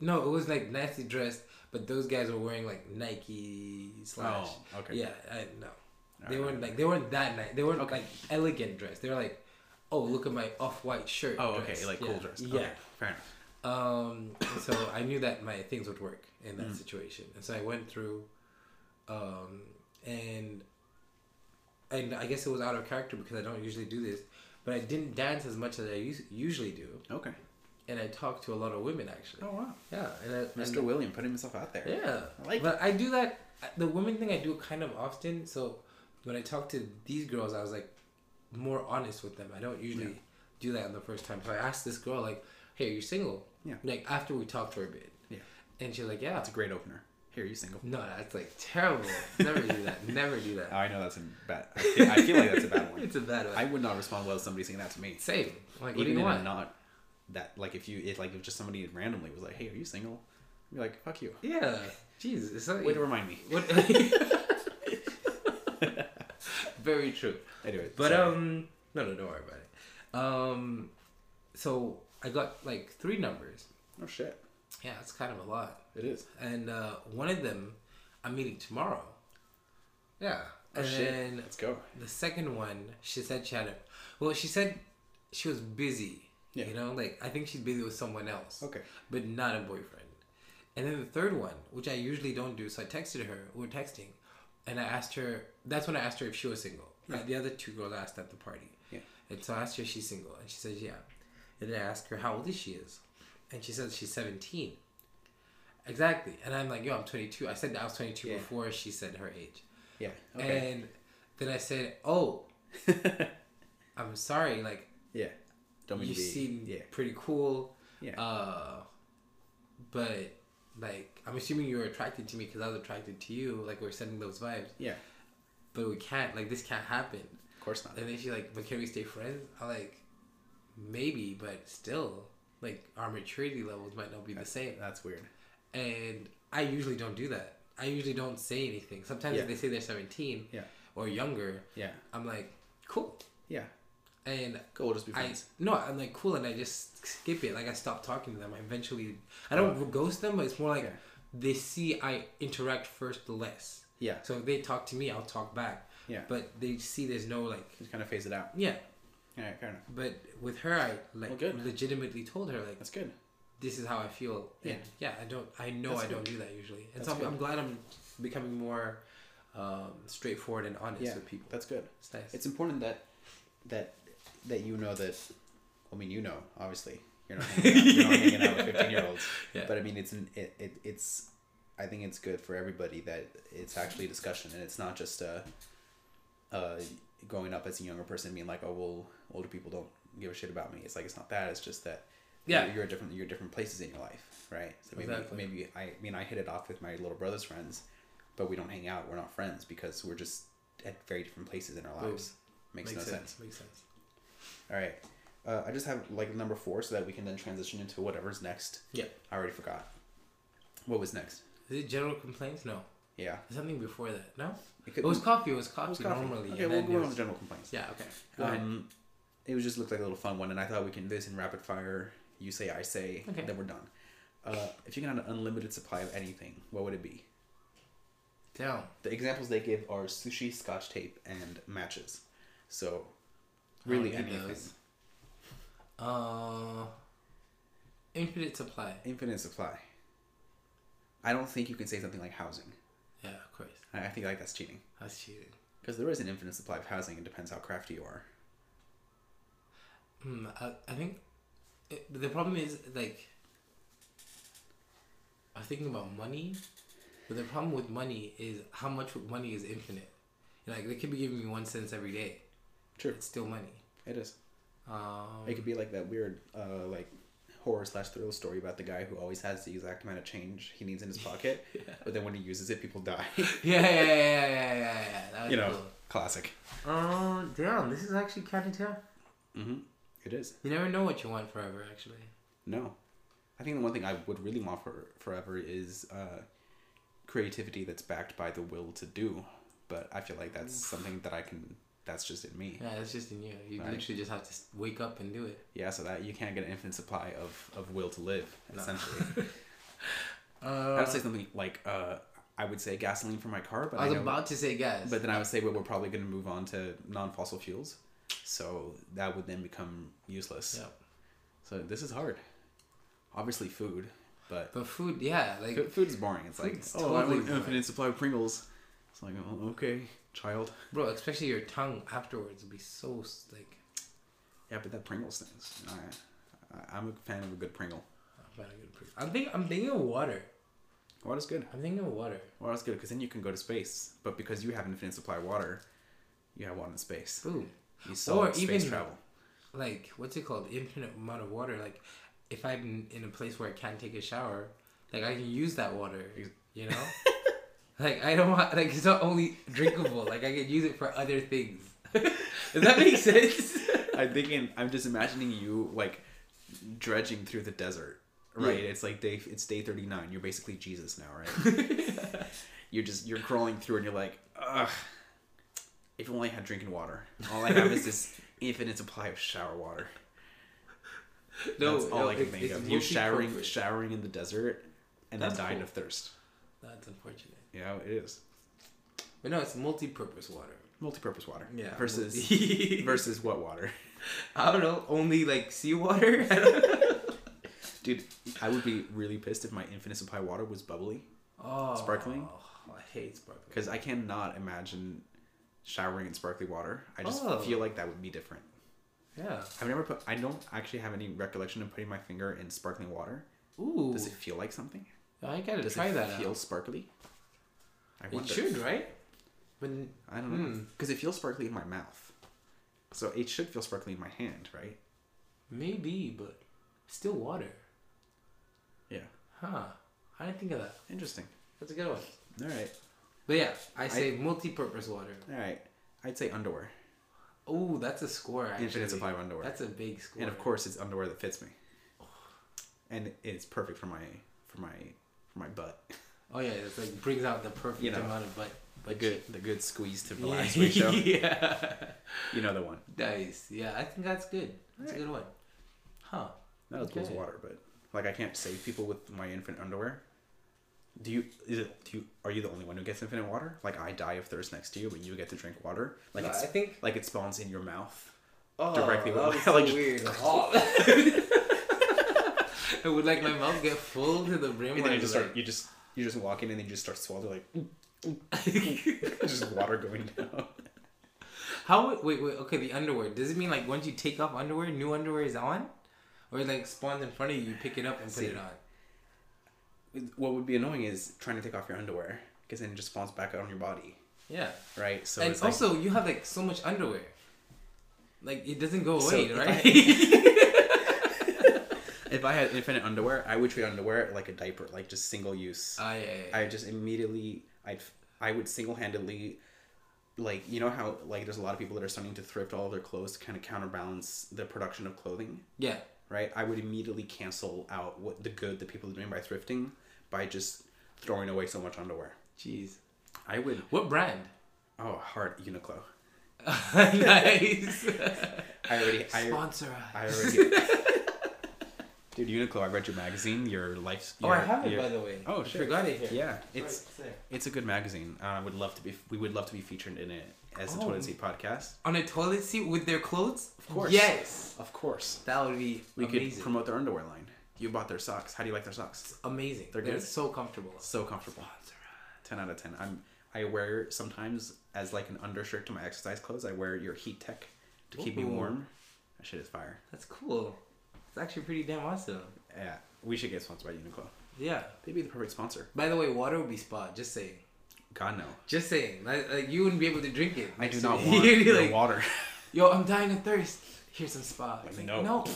A: no, it was like nicely dressed, but those guys were wearing like Nike slash.
B: Oh, okay.
A: Yeah, I no. They
B: Alright.
A: weren't like they weren't that nice. They weren't
B: Okay.
A: like elegant dressed. They were like, oh look at my off white shirt.
B: Oh, okay.
A: dress."
B: Like
A: yeah.
B: cool dress.
A: Yeah.
B: Okay, fair enough.
A: Um. so I knew that my things would work in
B: Mm.
A: that situation, and so I went through, um, and and I guess it was out of character because I don't usually do this, but I didn't dance as much as I us- usually do,
B: Okay.
A: and I talked to a lot of women actually.
B: Oh wow.
A: Yeah, and I, and-
B: Mr. William putting himself out there.
A: yeah,
B: I like
A: but I do that. uh, The women thing I do kind of often. So when I talk to these girls, I was like more honest with them. I don't usually do that on the first time. So I asked this girl like, "Hey, are you single?"
B: Yeah.
A: Like after we talked for a bit.
B: Yeah.
A: And she's like, "Yeah."
B: That's a great opener. Here, you single.
A: no, that's like terrible. Never do that. Never do that.
B: Oh, I know that's a bad. I feel, I feel like that's a bad one.
A: It's a bad one.
B: I would not respond well to somebody saying that to me.
A: Same. Like, what do
B: Even
A: you
B: if
A: want?
B: I'm not that like if you if like if just somebody randomly was like, "Hey, are you single?" I'd be like, "Fuck you."
A: yeah. Jeez. It's not,
B: Way to remind me.
A: what? Very true.
B: Anyway,
A: But
B: sorry.
A: um, no, no, don't worry about it. Um, so I got like three numbers.
B: oh shit,
A: Yeah, that's kind of a lot.
B: it is.
A: And uh, one of them, I'm meeting tomorrow. Yeah.
B: Oh
A: and
B: shit,
A: then
B: let's go.
A: the second one, she said she had a. Well, she said she was busy.
B: Yeah.
A: You know, like I think she's busy with someone else.
B: Okay.
A: But not a boyfriend. And then the third one, which I usually don't do, so I texted her. We were texting, and I asked her. That's when I asked her if she was single. Uh, The other two girls I asked at the party.
B: Yeah.
A: And so I asked her if she's single, and she says yeah. And then I asked her how old she is, and she says she's seventeen. Exactly. And I'm like, yo, I'm 22. I said I was 22
B: Yeah.
A: before she said her age.
B: Yeah. Okay.
A: And then I said, oh, I'm sorry. Like,
B: yeah. Don't mean
A: you
B: to be-
A: seem
B: Yeah.
A: pretty cool.
B: Yeah.
A: Uh, but like, I'm assuming you were attracted to me because I was attracted to you. Like, we're sending those vibes.
B: yeah.
A: But we can't. Like, this can't happen.
B: Of course not.
A: And then she's like, but can we stay friends? I'm like, maybe, but still, like, our maturity levels might not be the same.
B: That's weird.
A: And I usually don't do that. I usually don't say anything. Sometimes
B: Yeah.
A: if they say they're 17
B: Yeah.
A: or younger,
B: Yeah.
A: I'm like, cool.
B: Yeah.
A: And
B: Cool. We'll just be
A: I
B: friends.
A: no, I'm like cool, and I just skip it. Like I stop talking to them. I eventually, I don't ghost them, but it's more like
B: Yeah.
A: they see I interact first less.
B: yeah.
A: So if they talk to me, I'll talk back.
B: Yeah.
A: But they see there's no like
B: Just kind of phase it out.
A: yeah.
B: All right. Fair enough.
A: But with her, I like
B: Well, good.
A: legitimately told her like
B: That's good.
A: this is how I feel.
B: Yeah.
A: And yeah, I don't. I know
B: That's
A: I don't do that usually, and
B: That's
A: so I'm,
B: good.
A: I'm glad I'm becoming more um, straightforward and honest
B: Yeah.
A: with people.
B: That's good.
A: it's nice.
B: It's important that that that you know that. I mean, you know, obviously, you're not hanging out, you're not hanging out with fifteen year olds.
A: Yeah.
B: But I mean, it's an it, it it's. I think it's good for everybody that it's actually a discussion and it's not just uh, uh, growing up as a younger person being like, oh well, older people don't give a shit about me. It's like it's not that. It's just that.
A: Yeah.
B: You're, you're at different. You're at different places in your life, right? So maybe
A: Exactly.
B: maybe I, I mean I hit it off with my little brother's friends, but we don't hang out. We're not friends because we're just at very different places in our lives. Makes,
A: makes
B: no
A: sense.
B: sense.
A: Makes sense.
B: All right. Uh, I just have like number four so that we can then transition into whatever's next.
A: Yeah.
B: I already forgot. What was next?
A: Is it general complaints? No.
B: Yeah.
A: There's something before that. No.
B: It,
A: It
B: could,
A: was coffee. It was coffee,
B: it was coffee.
A: normally.
B: Okay,
A: and
B: we'll
A: then
B: go
A: there
B: on
A: was-
B: with general complaints.
A: Yeah. Okay. Go ahead.
B: Um, it was just looked like a little fun one, and I thought we can do this in rapid fire. You say, I say,
A: Okay.
B: then we're done. Uh, if you can have an unlimited supply of anything, what would it be?
A: Down.
B: The examples they give are sushi, scotch tape, and matches. So, really
A: I don't need
B: anything.
A: those. Uh, infinite supply.
B: Infinite supply. I don't think you can say something like housing.
A: Yeah, of course.
B: I I think like that's cheating
A: That's cheating.
B: because there is an infinite supply of housing. It depends how crafty you are.
A: Hmm. I, I think it, the problem is like I was thinking about money, but the problem with money is how much money is infinite. Like they could be giving me one cents every day.
B: True.
A: It's still money.
B: It is.
A: Um,
B: It could be like that weird, uh, like horror slash thrill story about the guy who always has the exact amount of change he needs in his pocket, but then when he uses it, people die.
A: yeah, yeah, yeah, yeah, yeah, yeah, yeah. That was
B: you know, classic.
A: Cool. Um, damn, this is actually kind of tough.
B: Mm-hmm. It is.
A: You never know what you want forever, actually.
B: No, I think the one thing I would really want for forever is uh, creativity that's backed by the will to do. But I feel like that's something that I can. That's just in me.
A: Yeah, that's just in you. You
B: Right.
A: literally just have to s- wake up and do it.
B: Yeah, so that you can't get an infinite supply of, of will to live, essentially. I
A: Uh,
B: would say something like uh, I would say gasoline for my car, but
A: I
B: I
A: was
B: know-
A: about to say gas.
B: but then I would say well, we're probably going to move on to non fossil fuels, so that would then become useless.
A: yeah.
B: So this is hard. Obviously, food, but
A: But food, yeah, like
B: food food is boring. It's like
A: Food's
B: oh, I
A: totally
B: want
A: boring.
B: infinite supply of Pringles. It's like oh, okay, child.
A: Bro, especially your tongue afterwards would be so s- like.
B: Yeah, but that Pringles thing. Is, I, I, I'm a fan of a good Pringle.
A: I'm not a good person. I'm thinking. I'm thinking of water.
B: Water's good.
A: I'm thinking of water.
B: Water's good because then you can go to space. But because you have an infinite supply of water, you have water in space.
A: Boom.
B: You solve
A: Or
B: space
A: even-
B: travel.
A: Like what's it called? Infinite amount of water. Like if I'm in a place where I can't take a shower, like I can use that water. You know. like I don't want. Like it's not only drinkable. like I can use it for other things. Does that make sense?
B: I'm thinking. I'm just imagining you like dredging through the desert. Right. It's like day. It's day thirty nine. You're basically Jesus now, right? you're just you're crawling through, and you're like, ugh. If only I had drinking water. All I have is this infinite supply of shower water.
A: no,
B: That's all
A: no,
B: I can
A: it-
B: think
A: it's
B: of. You showering,
A: multi-purpose.
B: showering in the desert, and
A: That's
B: then dying
A: cool.
B: of thirst.
A: That's unfortunate.
B: You know, it is
A: But no, it's multi-purpose water.
B: multi-purpose water.
A: Yeah.
B: Versus
A: multi-
B: versus what water?
A: I don't know, only like seawater. I don't
B: Dude, I would be really pissed if my infinite supply of water was bubbly.
A: Oh,
B: Sparkling?
A: I hate sparkling.
B: because I cannot imagine showering in sparkly water. I just
A: Oh.
B: feel like that would be different.
A: Yeah.
B: I've never put. I don't actually have any recollection of putting my finger in sparkling water.
A: Ooh.
B: Does it feel like something?
A: I gotta
B: Does
A: try
B: it
A: that
B: feel
A: out.
B: sparkly? I
A: It
B: wonder.
A: should, right? But n-
B: I don't know because it feels sparkly in my mouth, so it should feel sparkly in my hand, right?
A: maybe, but still water.
B: Yeah.
A: Huh. I didn't think of that.
B: Interesting.
A: That's a good one.
B: All right.
A: But yeah, I say multi-purpose water.
B: All right. I'd say underwear,
A: Oh, that's a score. Actually.
B: infinite supply of underwear,
A: That's a big score.
B: and of course it's underwear that fits me, and it's perfect for my for my for my butt.
A: Oh yeah, it's like brings out the perfect
B: You know,
A: amount of butt.
B: The
A: But
B: good, the good squeeze to relax ratio.
A: yeah.
B: You know the one.
A: Nice. Yeah, I think that's good. That's a
B: Alright.
A: good one. Huh.
B: Not as cool as
A: Okay.
B: water, but like I can't save people with my infant underwear. Do you? Is it? Do you? Are you the only one who gets infinite water? Like I die of thirst next to you, but you get to drink water. Like
A: No,
B: it's
A: I think-
B: like it spawns in your mouth.
A: Oh,
B: directly
A: that
B: with-
A: was
B: like,
A: so
B: just-
A: weird. I would like my mouth get full to the brim.
B: And
A: where
B: then
A: I
B: you just
A: was
B: start. You just you just walk in and then you just start swallowing like
A: like-
B: just water going down.
A: How? would- Wait, wait. Okay, the underwear. Does it mean like once you take off underwear, new underwear is on, or it like spawns in front of you, you pick it up and put
B: See.
A: it on?
B: What would be annoying is trying to take off your underwear because then it just spawns back out on your body,
A: Yeah.
B: right? So
A: and
B: it's like,
A: also, you have like so much underwear. Like it doesn't go
B: So
A: away,
B: if
A: right?
B: if I had infinite underwear, I would treat underwear like a diaper, like just single use.
A: Ah, yeah, yeah, yeah.
B: I just immediately I'd I would single handedly like you know how like there's a lot of people that are starting to thrift all of their clothes to kind of counterbalance the production of clothing
A: Yeah.
B: right i would immediately cancel out what the good that people are doing by thrifting by just throwing away so much underwear
A: Jeez.
B: i would
A: What brand?
B: oh hard uniqlo
A: nice.
B: i already i,
A: Sponsor us.
B: I already dude uniqlo i read your magazine your life
A: oh,
B: your,
A: I have it
B: your-
A: by the way.
B: oh
A: I
B: shit.
A: forgot it here.
B: yeah
A: Right,
B: it's
A: there.
B: it's a good magazine uh, i would love to be we would love to be featured in it as the
A: Oh.
B: toilet seat podcast
A: on a toilet seat with their clothes. Of
B: course.
A: Yes.
B: of course
A: That would be
B: We
A: amazing.
B: could promote their underwear line. You bought their socks. How do you like their socks?
A: amazing. They're
B: They're good.
A: so comfortable.
B: So comfortable. Ten out of ten. I'm. I wear sometimes as like an undershirt to my exercise clothes. I wear your Heat Tech to keep me
A: Ooh.
B: warm. That shit is fire.
A: That's cool. It's actually pretty damn awesome.
B: Yeah, we should get sponsored by Uniqlo.
A: Yeah.
B: They'd be the perfect sponsor.
A: By the way, water would be spot. Just saying.
B: God no.
A: Just saying. Like, like, you wouldn't be able to drink it.
B: I do
A: Next
B: not
A: to-
B: want
A: You'd be
B: your
A: like,
B: water.
A: Yo, I'm dying of thirst. Here's some spa. It's like,
B: No.
A: no.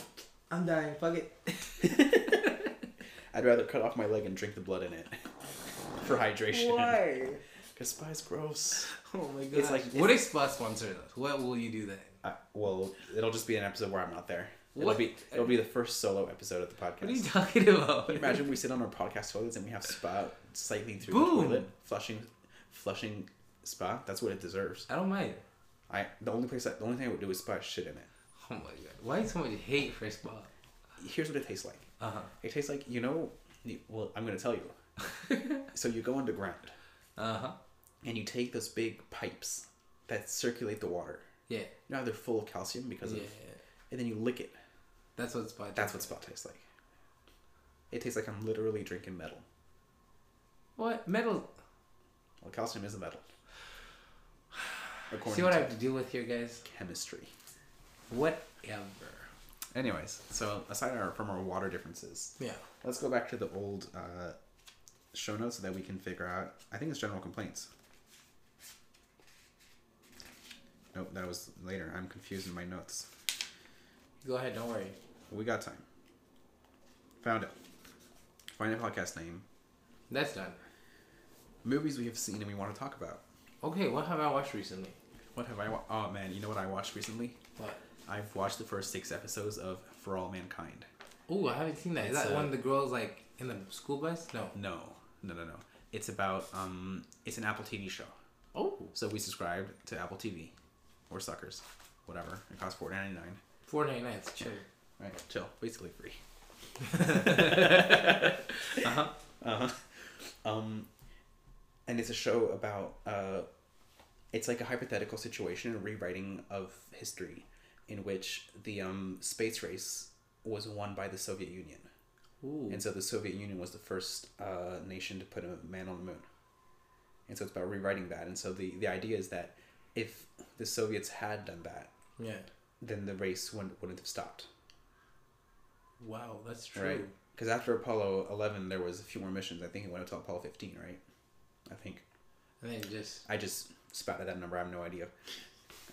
A: I'm dying. Fuck it.
B: I'd rather cut off my leg and drink the blood in it for hydration. Because spa is gross.
A: Oh my god.
B: It's like-
A: what if spa sponsor us? What will you do then?
B: I, well, it'll just be an episode where I'm not there. It'll
A: What?
B: be it'll be the first solo episode of the podcast.
A: What are you talking about?
B: Can you imagine we sit on our podcast toilets and we have spa cycling through
A: Boom.
B: the toilet, flushing, flushing spa. That's what it deserves.
A: I don't mind.
B: I the only place that, the only thing I would do is spa shit in it.
A: Oh my god. Why so much hate for spa?
B: Here's what it tastes like.
A: Uh huh.
B: It tastes like you know. you- Well, I'm gonna tell you. so you go underground
A: Uh huh.
B: and you take those big pipes that circulate the water.
A: Yeah.
B: You know how they're full of calcium because
A: Yeah.
B: of, and then you lick it.
A: That's what spa.
B: That's what spa tastes like. It tastes like I'm literally drinking metal.
A: What metal?
B: Well, calcium is a metal. According
A: See what I
B: to
A: have to deal with here, guys.
B: chemistry.
A: Whatever.
B: Anyways, so aside our, from our water differences,
A: Yeah.
B: let's go back to the old uh, show notes so that we can figure out. I think it's general complaints. Nope, that was later. I'm confused in my notes.
A: Go ahead. Don't worry.
B: We got time. Found it. Find a podcast name.
A: That's done.
B: Movies we have seen and we want to talk about.
A: Okay. What have I watched recently?
B: What have I? Wa- oh man, you know what I watched recently?
A: What?
B: I've watched the first six episodes of For All Mankind.
A: Oh, I haven't seen that. Is
B: It's,
A: that
B: uh,
A: one of the girls like in the school bus? No.
B: No, no, no, no. It's about um, it's an Apple TV show.
A: Oh.
B: So we subscribed to Apple TV, or suckers, whatever. It costs four ninety nine.
A: Four ninety nine. It's chill.
B: Right, chill, basically free. Uh-huh. uh huh. Uh huh. Um, and it's a show about uh, it's like a hypothetical situation, a rewriting of history, in which the um space race was won by the Soviet Union,
A: Ooh.
B: and so the Soviet Union was the first uh, nation to put a man on the moon. And so it's about rewriting that. And so the, the idea is that if the Soviets had done that,
A: yeah.
B: then the race wouldn't, wouldn't have stopped.
A: Wow. That's true.
B: Right. Because after Apollo 11, there was a few more missions. I think it went up to Apollo 15, right? I think.
A: And then just
B: I just spouted that number. I have no idea.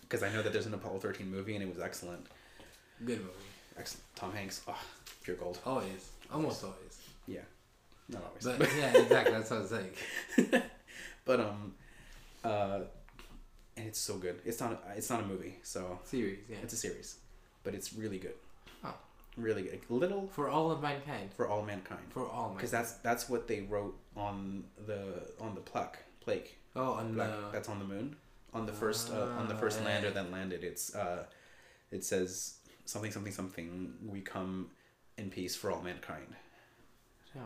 B: Because I know that there's an Apollo 13 movie and it was excellent.
A: good movie.
B: Excellent. Tom Hanks, oh, pure gold.
A: Always. Almost always.
B: Yeah. Not always.
A: But yeah, exactly. That's what I was like.
B: But, um, uh, and it's so good. It's not, a, it's not a movie, so
A: Series. Yeah.
B: it's a series. But it's really good.
A: Oh.
B: Really good. Little
A: For all of mankind.
B: for all mankind.
A: For all mankind.
B: Because that's, that's what they wrote on the, on the plaque, plaque.
A: oh, on
B: black
A: the
B: that's on the moon on the first uh, on the first
A: Ah,
B: lander
A: yeah.
B: that landed it's uh it says something something something we come in peace for all mankind
A: yeah.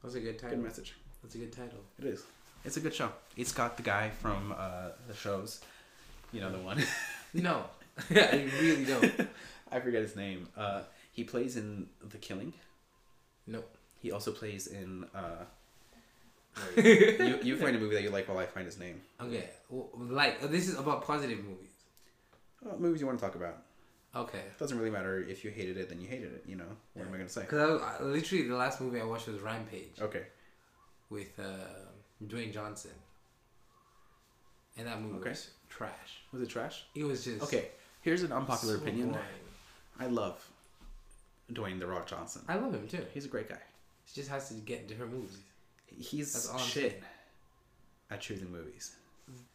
A: That's a good title.
B: good message
A: That's a good title.
B: it is it's a good show it's got the guy from uh the shows you know the one
A: No, I really don't.
B: i forget his name uh he plays in the killing
A: No.
B: he also plays in uh you, you find a movie that you like while i find his name
A: Okay. Well, like oh, this is about positive movies.
B: oh, movies you want to talk about
A: Okay.
B: it doesn't really matter if you hated it then you hated it you know what am i gonna say
A: Because I, was- I, literally the last movie I watched was Rampage
B: okay
A: with uh, Dwayne Johnson, and that movie
B: Okay.
A: was trash.
B: was it trash
A: It was just
B: Okay, here's an unpopular
A: so
B: opinion.
A: boring.
B: I love Dwayne the Rock Johnson.
A: I love him too. He
B: He's a great guy.
A: just has to get different movies.
B: He's
A: That's all I'm
B: shit
A: saying.
B: at choosing movies.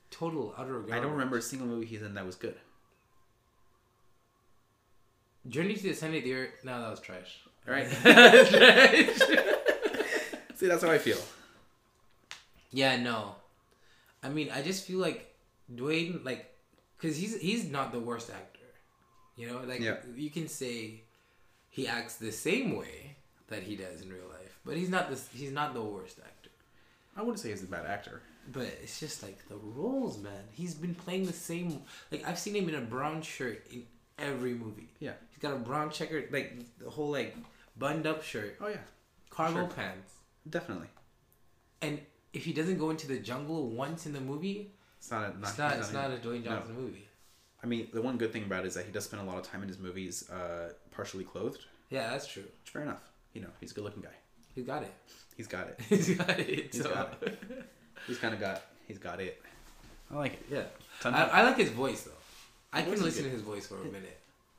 A: total utter garbage.
B: I don't remember a single movie he's in that was good.
A: Journey to the Center of the Earth. No, that was trash.
B: All right.
A: trash.
B: See, that's how I feel.
A: Yeah, no. I mean, I just feel like Dwayne, like, cause he's he's not the worst actor. You know, like
B: Yeah.
A: you can say he acts the same way that he does in real life, but he's not the he's not the worst actor.
B: I wouldn't say he's a bad actor.
A: But it's just like the roles, man. He's been playing the same. Like I've seen him in a brown shirt in every movie.
B: Yeah.
A: He's got a brown checker, like the whole like bunned up shirt,
B: Oh yeah,
A: cargo
B: Sure.
A: pants,
B: definitely.
A: and if he doesn't go into the jungle once in the movie,
B: It's not a. Not,
A: it's not it's
B: a-
A: not a Dwayne
B: no.
A: Johnson movie.
B: I mean, the one good thing about it is that he does spend a lot of time in his movies uh, partially clothed,
A: Yeah, that's true.
B: which fair enough. You know, he's a good looking guy.
A: He's got it.
B: He's got it.
A: He's got it.
B: He's
A: so-
B: got He's kind of got. He's got it. I like it.
A: Yeah.
B: Ton-
A: I, I like his voice though. I
B: voice
A: can
B: is
A: listen to
B: good.
A: his voice for a minute.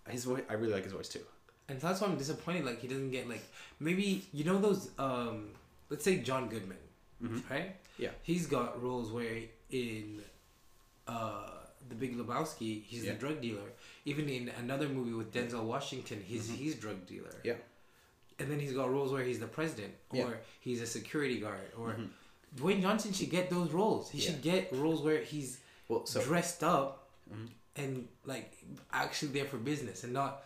B: His voice. I really like his voice too.
A: And that's why I'm disappointed. Like he doesn't get like maybe you know those um let's say John Goodman, right?
B: Yeah.
A: He's got roles where in uh the Big Lebowski he's
B: Yeah.
A: the drug dealer. Even in another movie with Denzel Washington, he's he's drug dealer.
B: Yeah.
A: And then he's got roles where he's the president or
B: Yeah. Mm-hmm.
A: he's a security guard or Dwayne Johnson should get those roles. He should get roles where he's
B: Well, so Mm-hmm.
A: dressed up and like actually there for business and not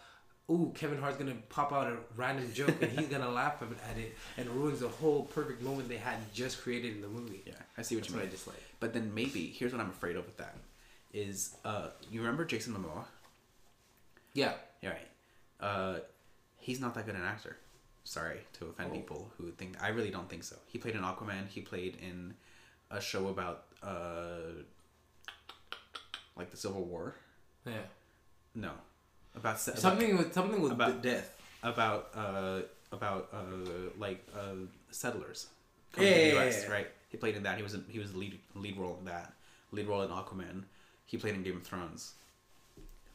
A: ooh Kevin Hart's gonna pop out a random joke and he's gonna laugh at it and ruins the whole perfect moment they had just created in the movie.
B: yeah, I see what
A: That's
B: you
A: what I
B: mean.
A: dislike.
B: But then maybe here's what I'm afraid of with that is uh, you remember Jason Momoa?
A: Yeah,
B: All right. Uh, he's not that good an actor. Sorry to offend
A: Oh.
B: people who think. I really don't think so. He played in Aquaman. He played in a show about uh, like the Civil War.
A: yeah.
B: No, about se-
A: Something with something with
B: about
A: the-
B: death. About uh, about uh, like uh, settlers.
A: Yeah,
B: to the
A: yeah, yeah,
B: US,
A: yeah.
B: Right. He played in that. He was in, he was the lead lead role in that. Lead role in Aquaman. He played in Game of Thrones.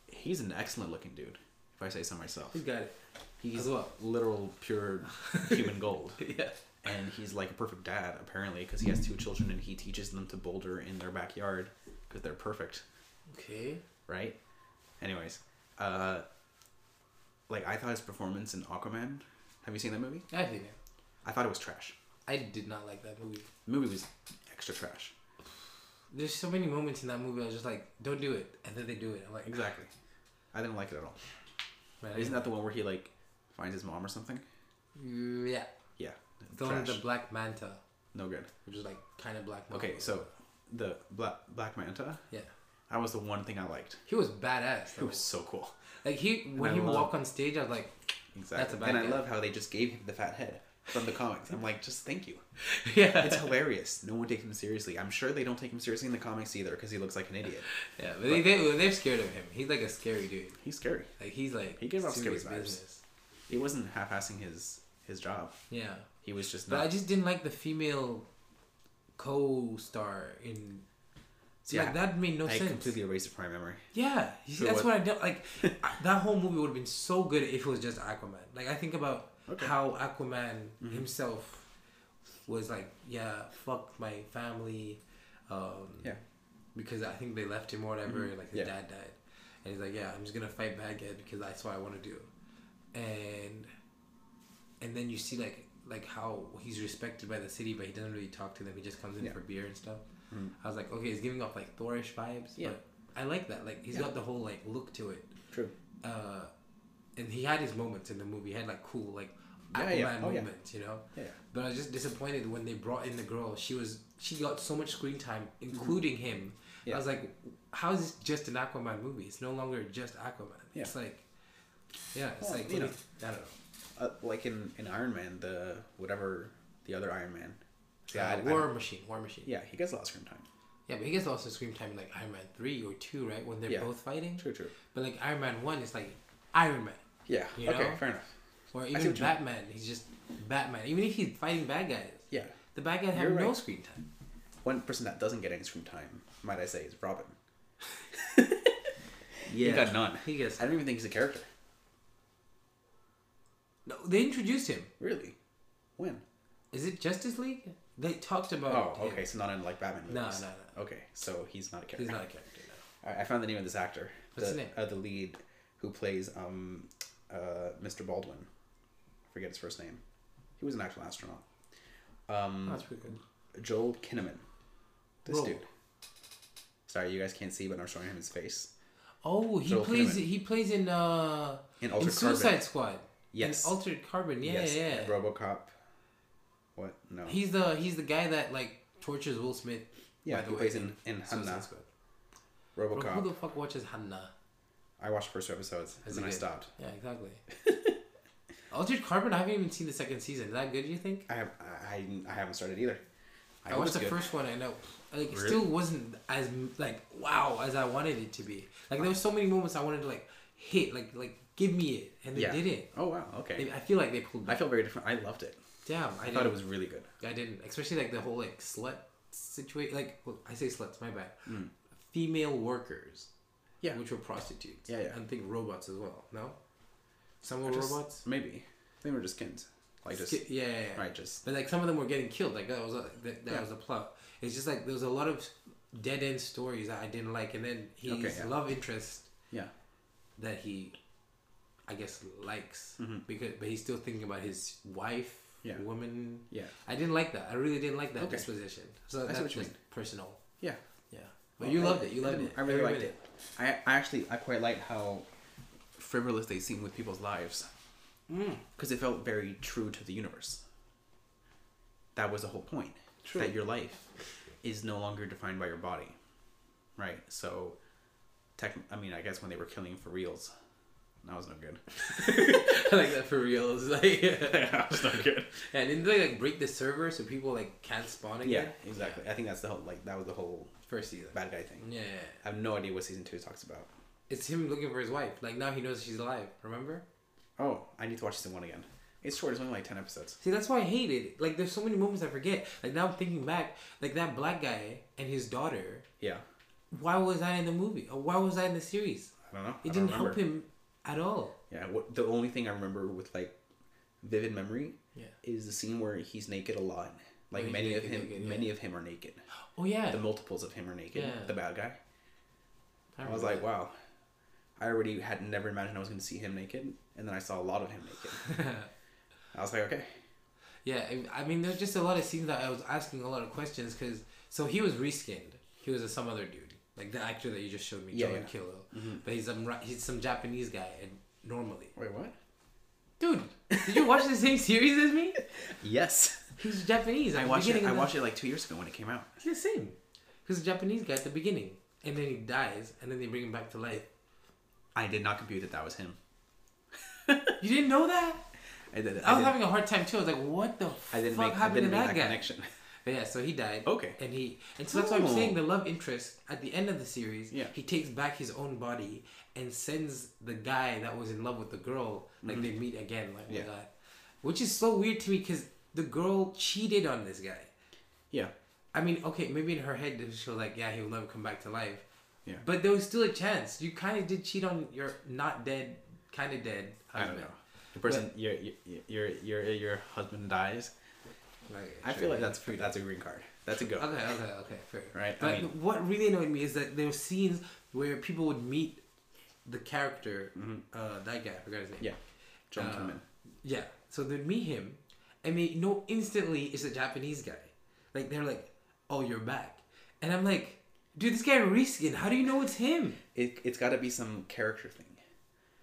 B: He's an excellent looking dude. If I say so myself.
A: he's got it.
B: He's
A: As well.
B: literal pure human gold.
A: Yeah.
B: And he's like a perfect dad, apparently, because he has two children and he teaches them to boulder in their backyard because they're perfect,
A: Okay.
B: right? Anyways, uh, like I thought his performance in Aquaman. Have you seen that movie?
A: I think it.
B: I thought it was trash.
A: I did not like that movie.
B: The movie was extra trash.
A: There's so many moments in that movie I was just like, don't do it, and then they do it. I'm like,
B: Exactly. I didn't like it at all.
A: man,
B: Isn't that the one where he like finds his mom or something?
A: mm, yeah.
B: Yeah.
A: The one with the
B: trash.
A: black manta,
B: No good.
A: which is like kind of black. Manta.
B: Okay, so the Black Black Manta.
A: yeah,
B: That was the one thing I liked.
A: he was badass.
B: It
A: Though.
B: was so cool.
A: Like he when
B: I
A: he
B: love-
A: walked on stage, I was like,
B: Exactly.
A: That's a bad
B: and I
A: guy.
B: love how they just gave him the fat head from the comics. I'm like, just thank you.
A: yeah,
B: It's hilarious. No one takes him seriously. I'm sure they don't take him seriously in the comics either because he looks like an idiot.
A: yeah. But they, they they're scared of him. He's like a scary dude.
B: He's scary.
A: Like he's like
B: He gives off scary
A: serious
B: vibes. He wasn't half-assing his his job.
A: Yeah,
B: He was just
A: but
B: not.
A: I just didn't like the female co-star in.
B: Yeah.
A: like that made no
B: I
A: sense.
B: completely erased it from my memory.
A: Yeah, you see,
B: Who
A: that's
B: was-
A: what I don't like. I- that whole movie would have been so good if it was just Aquaman. Like I think about
B: Okay. Mm-hmm.
A: how Aquaman himself was like, yeah, fuck my family, um,
B: Yeah.
A: because I think they left him or whatever. and, Like his
B: Mm-hmm. Yeah.
A: dad died, and he's like, yeah, I'm just gonna fight bad guys because that's what I want to do, and and then you see like like how he's respected by the city, but he doesn't really talk to them. He just comes in
B: Yeah. Mm-hmm.
A: for beer and stuff. I was like, okay, he's giving off like Thorish vibes.
B: Yeah.
A: But I like that. Like he's
B: Yeah.
A: got the whole like look to it.
B: True.
A: Uh, and he had his moments in the movie. He had like cool like
B: Yeah,
A: Aquaman
B: yeah. Oh, yeah.
A: moments, you know.
B: Yeah.
A: But I was just disappointed when they brought in the girl. She was she got so much screen time, including him.
B: Mm-hmm. Yeah.
A: I was like, how is this just an Aquaman movie? It's no longer just Aquaman.
B: Yeah.
A: It's like, yeah, it's
B: Well,
A: like
B: you
A: what
B: know.
A: is- I don't know.
B: Uh, like in, in Iron Man, the whatever the other Iron Man. Yeah.
A: Uh,
B: I- I-
A: War Machine, War Machine.
B: yeah. He gets a lot of screen time.
A: Yeah, but he gets also screen time in like Iron Man three or two, right? When they're
B: Yeah.
A: both fighting.
B: True. True.
A: But like Iron Man one is like Iron Man,
B: Yeah.
A: You
B: okay.
A: know?
B: Fair enough.
A: or
B: see
A: even
B: what you mean.
A: Batman. He's just Batman. Even if he's fighting bad guys,
B: Yeah.
A: the bad guys have
B: You're
A: no
B: right.
A: screen time.
B: One person that doesn't get any screen time, might I say, is Robin.
A: Yeah.
B: He got none.
A: He gets
B: I don't even think he's a character.
A: no. They introduced him.
B: Really? When?
A: Is it Justice League? They talked about.
B: Oh, okay. So not in like Batman
A: No,
B: movies.
A: no, no.
B: Okay, so he's not a character.
A: He's not a character now.
B: All right, I found the name of this actor.
A: What's
B: the,
A: his name?
B: Uh, the lead who plays um, uh, Mr. Baldwin. I forget his first name. He was an actual astronaut. Um,
A: That's pretty good.
B: Joel Kinnaman. This
A: Roll.
B: dude. Sorry, you guys can't see, but I'm showing him his face.
A: Oh, he
B: Joel
A: plays.
B: Kinnaman.
A: He plays in uh
B: In
A: in,
B: Altered
A: Suicide
B: Carbon.
A: Squad.
B: Yes.
A: In Altered Carbon. Yeah,
B: yes.
A: yeah.
B: RoboCop. What? No.
A: He's the he's the guy that like tortures Will Smith.
B: yeah,
A: by the
B: he
A: way,
B: plays in, in
A: Suicide
B: Hanna.
A: Squad. Bro,
B: RoboCop.
A: who the fuck watches Hanna?
B: I watched the first two episodes, and
A: Is
B: then
A: it
B: I
A: good?
B: stopped.
A: Yeah, exactly. Altered Carbon. I haven't even seen the second season. Is that good? You think?
B: I, have, I, I- I haven't started either.
A: I,
B: hope
A: watched
B: it's
A: the
B: good.
A: first one. I know, like, it
B: Really?
A: still wasn't as like wow as I wanted it to be. Like, there were so many moments I wanted to like hit, like, like give me it, and they
B: Yeah.
A: didn't.
B: Oh, wow. Okay.
A: They, I feel like they pulled
B: I
A: back.
B: feel very different. I loved it.
A: Damn, I
B: I thought
A: didn't.
B: it was really good.
A: I didn't, especially like the whole like slut situation. Like, well, I say sluts. My bad. Female workers.
B: Mm. Yeah.
A: Which were prostitutes.
B: Yeah, yeah.
A: And think robots as well. No. Some were
B: Or just-
A: robots.
B: Maybe. They were just kids. Like just
A: Sk- yeah, yeah, yeah.
B: right, just
A: But like some of them were getting killed. Like that was a, that, that
B: Yeah.
A: was a plot. It's just like there was a lot of dead end stories that I didn't like, and then his
B: Okay, yeah.
A: love interest
B: yeah.
A: that he, I guess, likes because but he's still thinking about his wife,
B: Mm-hmm. Yeah.
A: woman.
B: Yeah.
A: I didn't like that. I really didn't like that
B: Okay.
A: disposition. So
B: I see
A: that's
B: what you
A: just
B: mean.
A: personal.
B: Yeah.
A: Yeah, but you loved it. You loved it.
B: I really
A: Every
B: liked
A: minute.
B: it. I, I actually I quite like how frivolous they seem with people's lives.
A: Hmm.
B: Because it felt very true to the universe. That was the whole point.
A: True.
B: That your life is no longer defined by your body. Right? So tech I mean, I guess when they were killing for reals, that was no good.
A: I like that for real. It's like,
B: that was not good.
A: and didn't they like break the server so people like can't spawn
B: Yeah,
A: again?
B: exactly. I think that's the whole like that was the whole
A: First season.
B: bad guy thing.
A: Yeah, yeah, yeah.
B: I have no idea what season two talks about.
A: It's him looking for his wife. Like now he knows she's alive. Remember?
B: Oh, I need to watch season one again. It's short. It's only like ten episodes.
A: See, that's why I hate it. Like there's so many moments I forget. Like now I'm thinking back, like that black guy and his daughter.
B: Yeah,
A: Why was I in the movie? Or why was I in the series?
B: I don't know.
A: It
B: I don't
A: didn't help him at all.
B: Yeah, what, the only thing I remember with like vivid memory
A: Yeah.
B: is the scene where he's naked a lot. Like
A: Oh, he's
B: many of
A: naked,
B: him,
A: naked, yeah.
B: many of him are naked.
A: Oh yeah.
B: The multiples of him are naked.
A: Yeah.
B: The bad guy.
A: I,
B: I was
A: remember
B: like, wow. I already had never imagined I was going to see him naked, and then I saw a lot of him naked. I was like, okay,
A: Yeah, I- I mean, there's just a lot of scenes that I was asking a lot of questions because so he was reskinned. He was a, some other dude, like the actor that you just showed me,
B: Yeah, Mm-hmm.
A: Jordan
B: yeah.
A: Kilo. But he's some Ru- he's some Japanese guy, and normally,
B: wait, what?
A: dude, did you watch the same series as me?
B: Yes,
A: He's Japanese.
B: I
A: at the
B: watched it.
A: beginning
B: I
A: of the-
B: watched it like two years ago when it came out.
A: He's the same. He's a Japanese guy at the beginning, and then he dies, and then they bring him back to life.
B: I did not compute that that was him.
A: You didn't know that?
B: I did.
A: I was
B: did,
A: having a hard time too. I was like, "What the
B: I didn't
A: Oh, fuck
B: make. I
A: happened
B: didn't
A: to that,
B: make that
A: guy?"
B: connection.
A: But yeah, so he died.
B: Okay.
A: And he and so that's why I'm
B: Oh.
A: saying the love interest at the end of the series,
B: Yeah.
A: he takes back his own body and sends the guy that was in love with the girl, like they meet again, like oh my
B: Mm-hmm. Yeah.
A: God. Which is so weird to me because the girl cheated on this guy.
B: Yeah.
A: I mean, okay, maybe in her head she was like, Yeah, he'll never come back to life.
B: Yeah.
A: But there was still a chance. You kinda did cheat on your not dead, kinda dead
B: I don't
A: husband.
B: know. The person your your your your your husband dies.
A: Like,
B: I
A: sure.
B: feel like that's pretty. That's a green card. That's a go.
A: Okay, okay, okay, fair.
B: Right, I
A: But
B: mean-
A: what really annoyed me is that there were scenes where people would meet the character, uh, that guy, I forgot his name.
B: Mm-hmm. Yeah. John
A: Uh,
B: Kinnaman.
A: Yeah. So they'd meet him, and they know instantly it's a Japanese guy. Like they're like, "Oh, you're back," and I'm like, "Dude, this guy reskin. How do you know it's him?"
B: It it's got to be some character thing.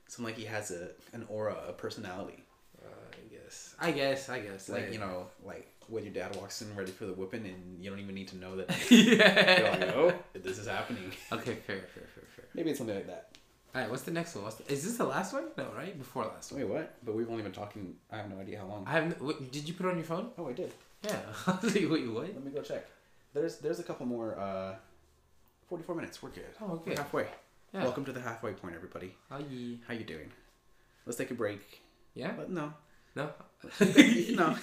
B: Some like he has a an aura, a personality.
A: Uh, I guess. I guess. I guess.
B: Like you know, like when your dad walks in ready for the whooping, and you don't even need to know that.
A: yeah.
B: You're like, oh, this is happening.
A: Okay. Fair. Fair. Fair. Fair.
B: Maybe it's something like that.
A: All right. What's the next one? What's the, is this the last one? No, right? Before last one.
B: Wait, what? But we've only been talking. I have no idea how long.
A: I haven't. What, did you put it on your phone?
B: Oh, I did.
A: Yeah. wait. What?
B: Let me go check. There's there's a couple more. Uh, Forty four minutes. We're good.
A: Oh, okay.
B: We're halfway.
A: Yeah.
B: Welcome to the halfway point, everybody.
A: How ye?
B: How you doing? Let's take a break.
A: Yeah?
B: But no,
A: No?
B: no.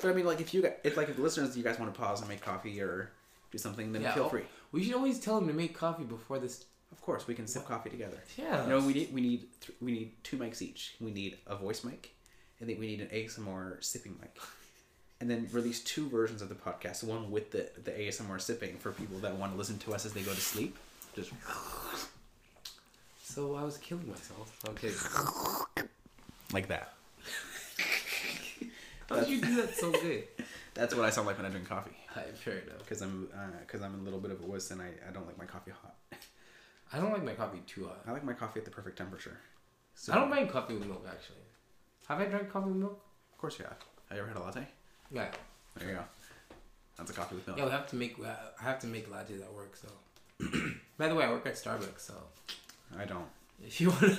B: But I mean, like if you guys, it's like if listeners, you guys want to pause and make coffee or do something, then
A: Yeah,
B: feel
A: oh,
B: free.
A: We should always tell him to make coffee before this.
B: Of course, we can sip coffee together.
A: Yeah.
B: No, we need we need th- we need two mics each. We need a voice mic, and then we need an ASMR sipping mic, and then release two versions of the podcast. One with the the ASMR sipping for people that want to listen to us as they go to sleep. Just
A: So I was killing myself. Okay.
B: like that.
A: How did you do that so good?
B: That's what I sound like when I drink coffee.
A: Alright, fair enough.
B: Because I'm because I'm a little bit of a wuss and I, I don't like my coffee hot.
A: I don't like my coffee too hot.
B: I like my coffee at the perfect temperature. So
A: I don't mind coffee with milk actually. Have I drank coffee with milk?
B: Of course you have. Have you ever had a latte?
A: Yeah.
B: There you go. That's a coffee with milk.
A: Yeah, we have to make. I have to make lattes at work. So, by the way, I work at Starbucks. So,
B: I don't.
A: if you want to,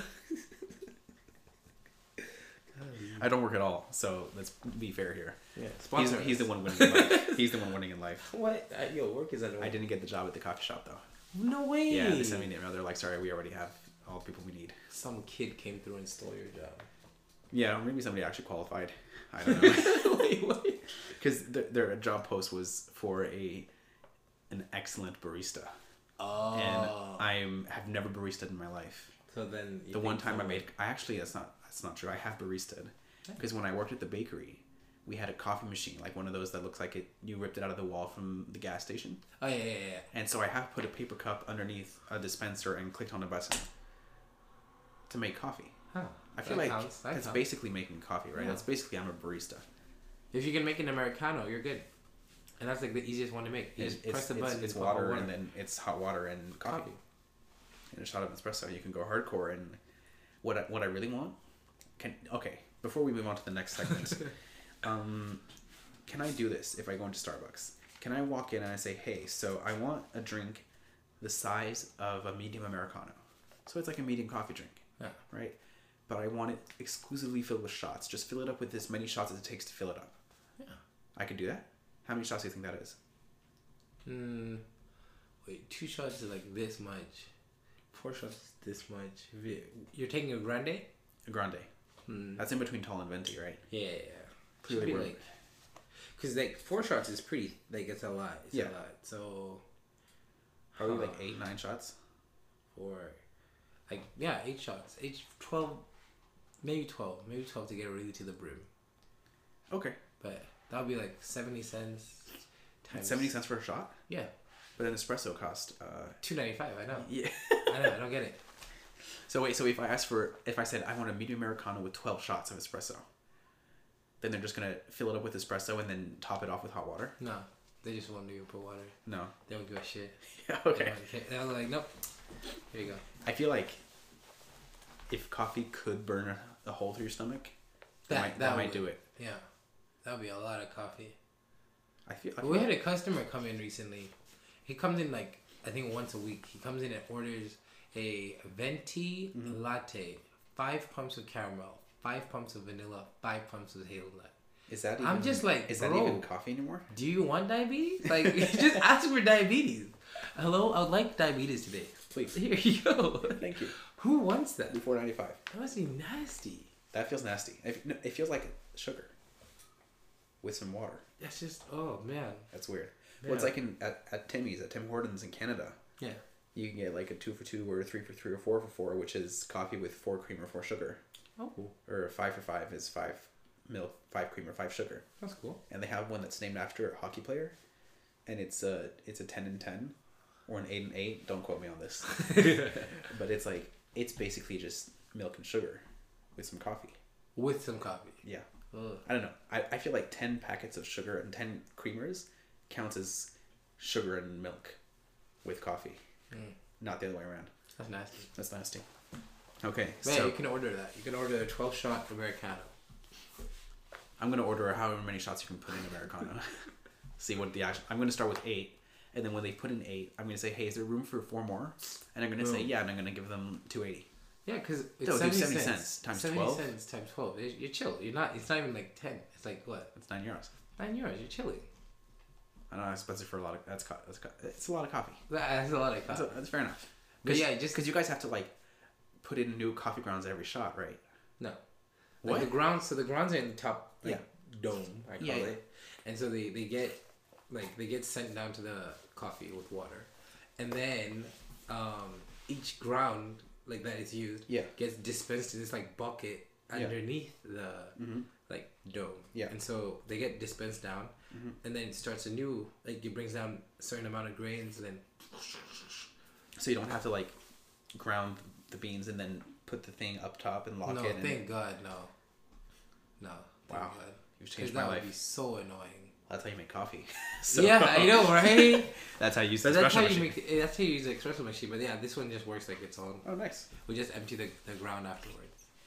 B: I don't work at all. So let's be fair here.
A: yeah,
B: He's,
A: sponsor.
B: he's the one winning. In life. he's the one winning in life.
A: what? Uh, yo, work is at.
B: I didn't get the job at the coffee shop though.
A: No way.
B: Yeah, they sent me an email. They're like, sorry, we already have all the people we need.
A: Some kid came through and stole your job.
B: Yeah, or maybe somebody actually qualified. I don't know.
A: Wait, what?
B: Because their, their job post was for a an excellent barista,
A: Oh.
B: and I am have never barista in my life.
A: so then you
B: The
A: think
B: one time I
A: someone-
B: made, I actually that's not that's not true. I have barista because when I worked at the bakery, we had a coffee machine like one of those that looks like it you ripped it out of the wall from the gas station.
A: Oh yeah, yeah, yeah.
B: And so I have put a paper cup underneath a dispenser and clicked on a button to make coffee.
A: Huh.
B: I feel
A: That
B: like
A: counts, that
B: that's
A: counts.
B: basically making coffee, right?
A: Yeah.
B: That's basically I'm a barista.
A: If you can make an americano, you're good. And that's like the easiest one to make. You
B: It's,
A: just press
B: it's,
A: the button.
B: it's, it's
A: pop a
B: water, and then it's hot water and coffee,
A: Coffee.
B: and a shot of espresso. You can go hardcore. And what I, what I really want can okay. Before we move on to the next segment, um, can I do this if I go into Starbucks? Can I walk in and I say, hey, so I want a drink the size of a medium americano, so it's like a medium coffee drink.
A: Yeah.
B: right? But I want it exclusively filled with shots. Just fill it up with as many shots as it takes to fill it up.
A: Yeah.
B: I could do that. How many shots do you think that is?
A: Mm, wait, two shots is like this much. Four shots is this much. If you- You're taking a grande?
B: A grande.
A: Hmm.
B: That's in between tall and venti, right?
A: Yeah, yeah.
B: Clearly we're-
A: because like four shots is pretty like it's a lot. It's
B: Yeah.
A: a lot. So
B: Probably
A: Huh.
B: like eight, nine shots.
A: four, like yeah, eight shots, eight twelve, maybe twelve, maybe twelve to get really to the brim.
B: Okay.
A: But that would be like seventy cents times
B: Seventy cents for a shot,
A: Yeah,
B: but an espresso cost. Uh,
A: two ninety five. I know.
B: yeah.
A: I know. I don't get it.
B: so wait. So if I asked for, if I said I want a medium americano with twelve shots of espresso, then they're just gonna fill it up with espresso and then top it off with hot water.
A: No, they just want you to put water.
B: No.
A: They don't give a shit.
B: Yeah.
A: They
B: Okay.
A: don't care. They're like, nope. Here you go.
B: I feel like if coffee could burn a- a hole through your stomach, that,
A: That-
B: might, that,
A: that
B: might
A: would-
B: do it.
A: Yeah, that'd be a lot of coffee.
B: I feel. I
A: But
B: feel
A: we had a customer come in recently. He comes in like I think once a week. He comes in and orders a venti latte, five pumps of caramel, five pumps of vanilla, five pumps of hazelnut.
B: is that? Even,
A: I'm just like,
B: Is that
A: bro.
B: even coffee anymore?
A: Do you want diabetes? Like, just ask for diabetes. Hello, I would like diabetes today.
B: Please.
A: Here you go.
B: Thank you.
A: Who wants that?
B: Four ninety five.
A: That must be nasty.
B: That feels nasty. It, no, it feels like sugar with some water.
A: That's just oh man.
B: That's weird. Well, it's
A: Yeah.
B: like in at, at Timmy's at Tim Hortons in Canada.
A: Yeah.
B: You can get like a two for two or a three for three or four for four, which is coffee with four cream or four sugar,
A: Oh,
B: or five for five is five milk, five cream, or five sugar.
A: that's cool.
B: and they have one that's named after a hockey player, and it's a it's a ten and ten, or an eight and eight. Don't quote me on this, but it's like it's basically just milk and sugar with some coffee.
A: With some coffee.
B: Yeah,
A: Ugh.
B: I don't know. I, I feel like ten packets of sugar and ten creamers counts as sugar and milk with coffee,
A: Hmm.
B: not the other way around.
A: That's nasty.
B: That's nasty. Okay,
A: Man,
B: so
A: you can order that. You can order a 12 shot Americano.
B: I'm gonna order however many shots you can put in Americano. See what the action. I'm gonna start with eight, and then when they put in eight, I'm gonna say, "Hey, is there room for four more?" And I'm gonna say,
A: Boom.
B: "Yeah," and I'm gonna give them two eighty.
A: Yeah, because it's
B: No, dude,
A: 70,
B: 70
A: cents.
B: cents times
A: 70
B: 12.
A: cents times 12. You're, you're chill. You're not, it's not even like 10. It's like, what?
B: That's nine euros.
A: 9 euros. You're chilling.
B: I know that's expensive for a lot of that's co- that's co- it's a lot of coffee.
A: That, that's a lot of
B: That's,
A: coffee.
B: that's fair enough.
A: Uh, But
B: Cause,
A: yeah, just-
B: because you guys have to like put in new coffee grounds every shot, right?
A: No.
B: What?
A: Like the grounds, so the grounds are in the top like,
B: Yeah.
A: dome, I call
B: Yeah, yeah.
A: it. And so they, they get, like, they get sent down to the coffee with water. And then um, each ground, like, that is used
B: Yeah.
A: gets dispensed to this, like, bucket
B: Yeah.
A: underneath the
B: Mhm.
A: like dome.
B: Yeah. Mm-hmm.
A: And so they get dispensed down, and then it starts a new like it brings down a certain amount of grains, and then
B: So you don't have to like ground the beans and then put the thing up top and lock
A: no,
B: Oh, it. and-
A: thank God, no, no. Thank
B: Wow.
A: God.
B: You've
A: 'Cause
B: changed
A: that
B: my
A: would
B: life.
A: be so annoying.
B: That's how you make coffee.
A: Yeah, I know, right?
B: that's how you use the
A: But that's
B: espresso
A: how you
B: machine.
A: make eh, that's how you use the espresso machine. But yeah, this one just works like its own.
B: Oh, nice.
A: We just empty the, the ground afterwards.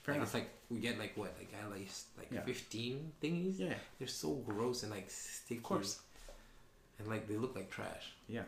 B: Fair
A: like
B: enough.
A: it's like we get like what like at least like
B: Yeah.
A: fifteen thingies.
B: Yeah.
A: They're so gross and like sticky. Of
B: course.
A: And like they look like trash.
B: Yeah.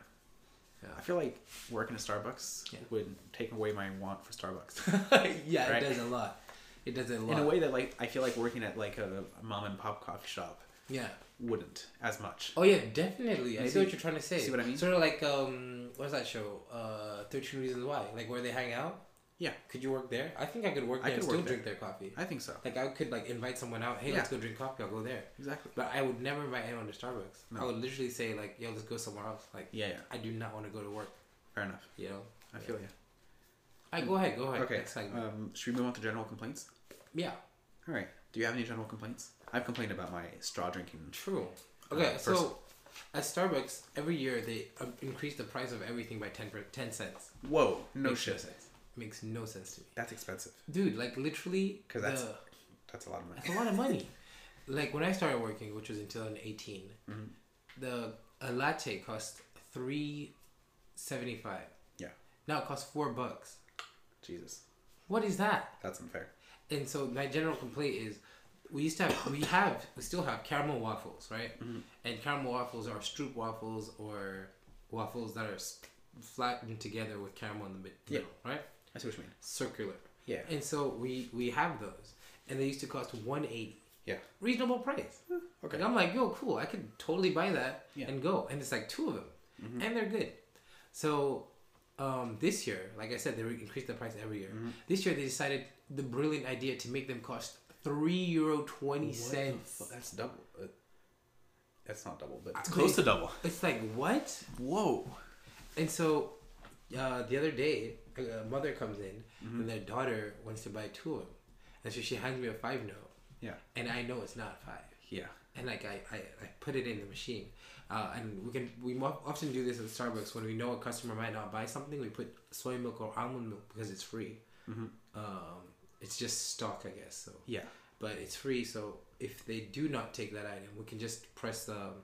A: Yeah.
B: I feel like working at Starbucks
A: Yeah.
B: would take away my want for Starbucks.
A: yeah,
B: Right.
A: it does a lot. It does a lot.
B: in a way that like I feel like working at like a mom and pop coffee shop
A: Yeah.
B: wouldn't as much.
A: Oh yeah, definitely. I
B: You
A: see what
B: see-
A: you're trying to say.
B: see what I mean?
A: Sort of like um, what's that show? Uh, Thirteen Reasons Why. Like where they hang out.
B: Yeah.
A: Could you work there? I think I could work
B: I
A: there and
B: could
A: still
B: work there.
A: drink their coffee.
B: I think so.
A: Like I could like invite someone out. Hey,
B: Yeah.
A: let's go drink coffee. I'll go there.
B: Exactly.
A: But I would never invite anyone to Starbucks.
B: No.
A: I would literally say like, "Yo, let's go somewhere else." Like,
B: Yeah, yeah.
A: I do not want to go to work.
B: Fair enough.
A: You know.
B: I
A: Yeah.
B: feel you.
A: I go ahead. Go ahead.
B: Mm. Okay.
A: Next segment.
B: Um, should we move on to general complaints?
A: yeah.
B: All right. Do you have any general complaints? I've complained about my straw drinking.
A: True. Okay.
B: Uh, first-
A: so, at Starbucks, every year they um, increase the price of everything by 10, per- 10 cents.
B: Whoa. No
A: Makes
B: shit.
A: sense. Makes no sense to me,
B: That's expensive.
A: dude. Like literally,
B: 'Cause that's-
A: the-
B: That's a lot of money.
A: that's a lot of money. like when I started working, which was in two thousand eighteen,
B: Mm-hmm.
A: the a latte cost three seventy five.
B: Yeah.
A: Now it costs four bucks.
B: Jesus.
A: What is that?
B: That's unfair.
A: And so my general complaint is, we used to have, we have, we still have caramel waffles, right?
B: Mm-hmm.
A: And caramel waffles are stroop waffles or waffles that are s- flattened together with caramel in the mid-
B: Yeah.
A: middle, right?
B: I see what you mean.
A: Circular.
B: Yeah.
A: And so we we have those, and they used to cost one eighty,
B: Yeah.
A: reasonable price.
B: okay.
A: And I'm like, yo, cool, I could totally buy that
B: Yeah. Mm-hmm.
A: and go. And it's like two of them, and they're good. So um, this year, like I said, they re- increased the price every year.
B: Mm-hmm.
A: This year, they decided the brilliant idea to make them cost three euro twenty cents.
B: Well, that's double. Uh, that's not double, but it's
A: I-
B: close to double.
A: It's like what?
B: Whoa.
A: And so uh, the other day, a a mother comes in
B: Mm-hmm.
A: and their daughter wants to buy two of them, and so she hands me a five note,
B: Yeah.
A: and I know it's not five.
B: Yeah.
A: and like I, I, I put it in the machine uh, and we can we mo- often do this at starbucks when we know a customer might not buy something we put soy milk or almond milk because it's free
B: Mm-hmm.
A: um, it's just stock i guess so
B: Yeah.
A: but it's free so if they do not take that item we can just press the um,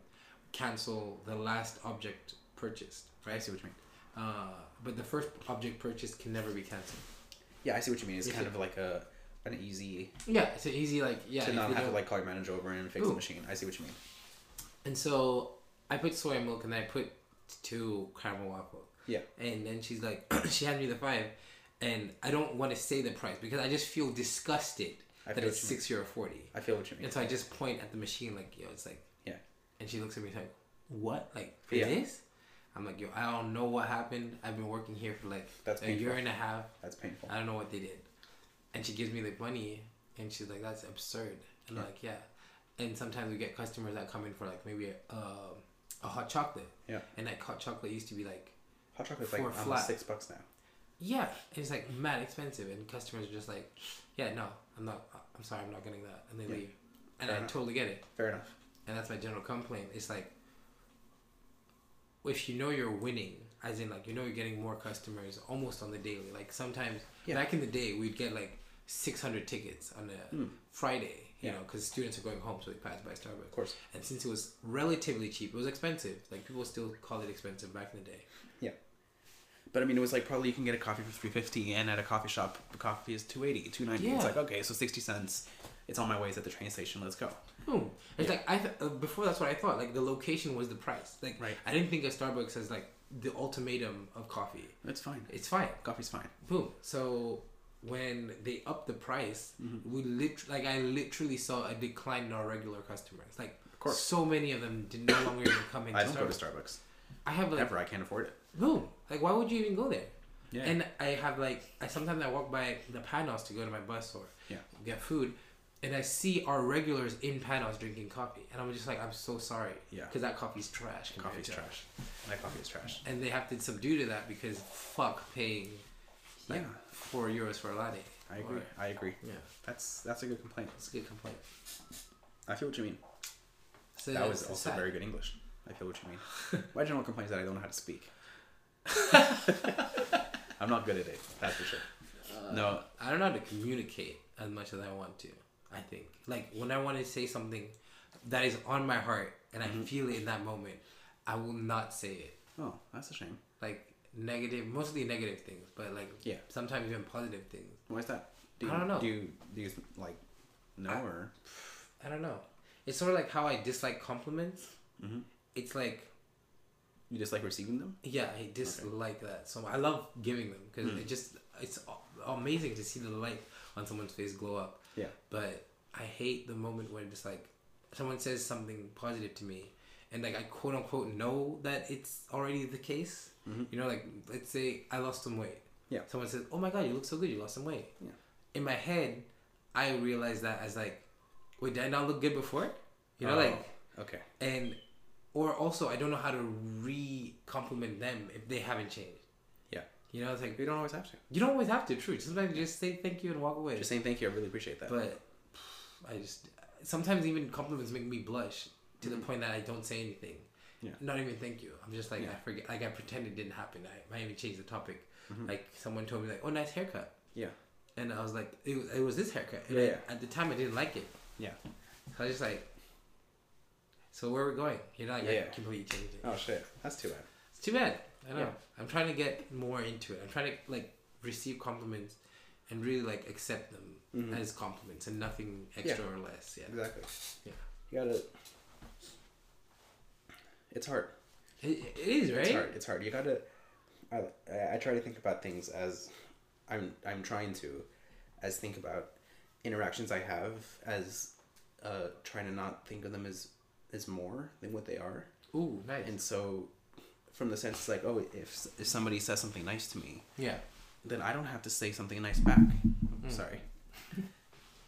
A: cancel the last object purchased
B: I
A: right
B: see what you mean.
A: uh, but the first object purchased can never be canceled
B: Yeah, I see what you mean. It's
A: If
B: kind
A: it-
B: of like a an easy
A: yeah it's an easy like yeah
B: to
A: if
B: not
A: you
B: have to
A: don't-
B: like call your manager over and fix
A: Ooh.
B: the machine. I see what you mean.
A: And so I put soy milk and I put two caramel waffles.
B: Yeah.
A: And then she's like, she handed me the five, and I don't want to say the price because I just feel disgusted
B: I
A: that
B: feel
A: it's
B: what you mean.
A: six euro forty.
B: I feel what you mean.
A: And so I just point at the machine like, yo, it's like,
B: yeah.
A: and she looks at me like, what, like for
B: Yeah.
A: this? I'm like, yo, I don't know what happened. I've been working here for like
B: That's
A: a year
B: painful.
A: and a half.
B: That's painful.
A: I don't know what they did. And she gives me the money, and she's like, "That's absurd." And I'm like, yeah. And sometimes we get customers that come in for like maybe a, um a hot chocolate.
B: Yeah.
A: And that hot chocolate used to be like,
B: Hot chocolate's
A: For
B: like
A: a
B: almost
A: flat.
B: six bucks now.
A: yeah, and it's like mad expensive, and customers are just like, yeah, no, I'm not. I'm sorry, I'm not getting that, and they
B: Yeah. Uh-huh.
A: leave. And
B: Fair
A: I
B: enough.
A: totally get it.
B: Fair enough.
A: And that's my general complaint. It's like, if you know you're winning, as in like you know you're getting more customers almost on the daily. Like sometimes
B: Yeah.
A: back in the day, we'd get like 600 tickets on a Friday, you
B: Hmm. Yeah.
A: know, because students are going home, so they pass by Starbucks. Of
B: course.
A: And since it was relatively cheap, it was expensive. Like people still call it expensive back in the day.
B: Yeah. But I mean, it was like probably you can get a coffee for three fifty, and at a coffee shop, the coffee is 280 290 It's
A: Yeah.
B: like okay, so sixty cents. It's on my way. It's at the train station. Let's go.
A: Hmm. It's like I th- uh, before that's what I thought. Like the location was the price. Like
B: Right.
A: I didn't think of Starbucks as like the ultimatum of coffee.
B: It's fine.
A: It's fine.
B: Coffee's fine.
A: Boom. So when they upped the price,
B: Mm-hmm.
A: we lit like I literally saw a decline in our regular customers. Like
B: course.
A: so many of them did no longer even come into
B: I don't
A: Starbucks.
B: go to Starbucks
A: I have like
B: ever. I can't afford it.
A: boom. Like why would you even go there?
B: Yeah.
A: And I have like I sometimes I walk by the Panos to go to my bus or
B: Yeah.
A: get food. And I see our regulars in Panos drinking coffee, and I'm just like, I'm so sorry,
B: Yeah.
A: because that coffee's trash. compared
B: Coffee's
A: to-
B: trash. My coffee is trash.
A: And they have to subdue to that because fuck paying, like,
B: Yeah.
A: four euros for a latte.
B: I agree.
A: Right.
B: I agree.
A: Yeah,
B: That's that's a good complaint.
A: that's a good complaint.
B: I feel what you mean.
A: So,
B: That
A: yeah,
B: was
A: it's
B: also
A: sad.
B: very good English. I feel what you mean. My general complaint is that I don't know how to speak. I'm not good at it. That's for sure. no,
A: I don't know how to communicate as much as I want to. I think like when I want to say something that is on my heart and
B: Mm-hmm.
A: I feel it in that moment, I will not say it.
B: oh, that's a shame.
A: Like negative, mostly negative things, but like
B: Yeah.
A: sometimes even positive things.
B: Why is that? Do
A: I don't know.
B: Do you, do you like know
A: I-
B: or
A: I don't know. It's sort of like how I dislike compliments.
B: Mhm.
A: It's like
B: you just like receiving them?
A: yeah, I dislike that. So I love giving them because it just it's a- amazing to see the light on someone's face glow up.
B: Yeah.
A: But I hate the moment when it's like someone says something positive to me and like I quote unquote know that it's already the case. You know, like let's say I lost some weight.
B: Mm-hmm. Yeah.
A: Someone says, Oh my god, you look so good, you lost some weight.
B: Yeah.
A: In my head, I realize that as like, wait, did I not look good before? You know,
B: Oh,
A: like
B: okay.
A: and or also I don't know how to re compliment them if they haven't changed.
B: Yeah.
A: You know, it's like
B: We don't always have to.
A: you don't always have to. True, sometimes just say thank you and walk away.
B: Just saying thank you. I really appreciate that.
A: but I just sometimes even compliments make me blush to the point that I don't say anything.
B: Mm-hmm. Yeah.
A: Not even thank you. I'm just like
B: Yeah.
A: I forget. Like I pretend it didn't happen. I might even change the topic.
B: Mm-hmm.
A: Like someone told me like, oh nice haircut,
B: yeah.
A: and I was like it was, it was this haircut. And
B: Yeah,
A: I-
B: yeah.
A: At the time I didn't like it.
B: Yeah.
A: So I was just like. So where are we going? You know, like I
B: Yeah.
A: completely changed it.
B: Oh shit. That's too bad.
A: It's too bad. I know.
B: Yeah.
A: I'm trying to get more into it. I'm trying to like receive compliments and really like accept them
B: Mm-hmm.
A: as compliments and nothing extra or less. Yeah.
B: Exactly.
A: Yeah.
B: You gotta. It's hard.
A: It, it is, right?
B: It's hard. It's hard. You gotta. I, I try to think about things as I'm. I'm trying to, as think about interactions I have as, uh, trying to not think of them as as more than what they are.
A: Ooh, nice.
B: And so, from the sense like, oh, if if somebody says something nice to me,
A: yeah.
B: then I don't have to say something nice back. Sorry.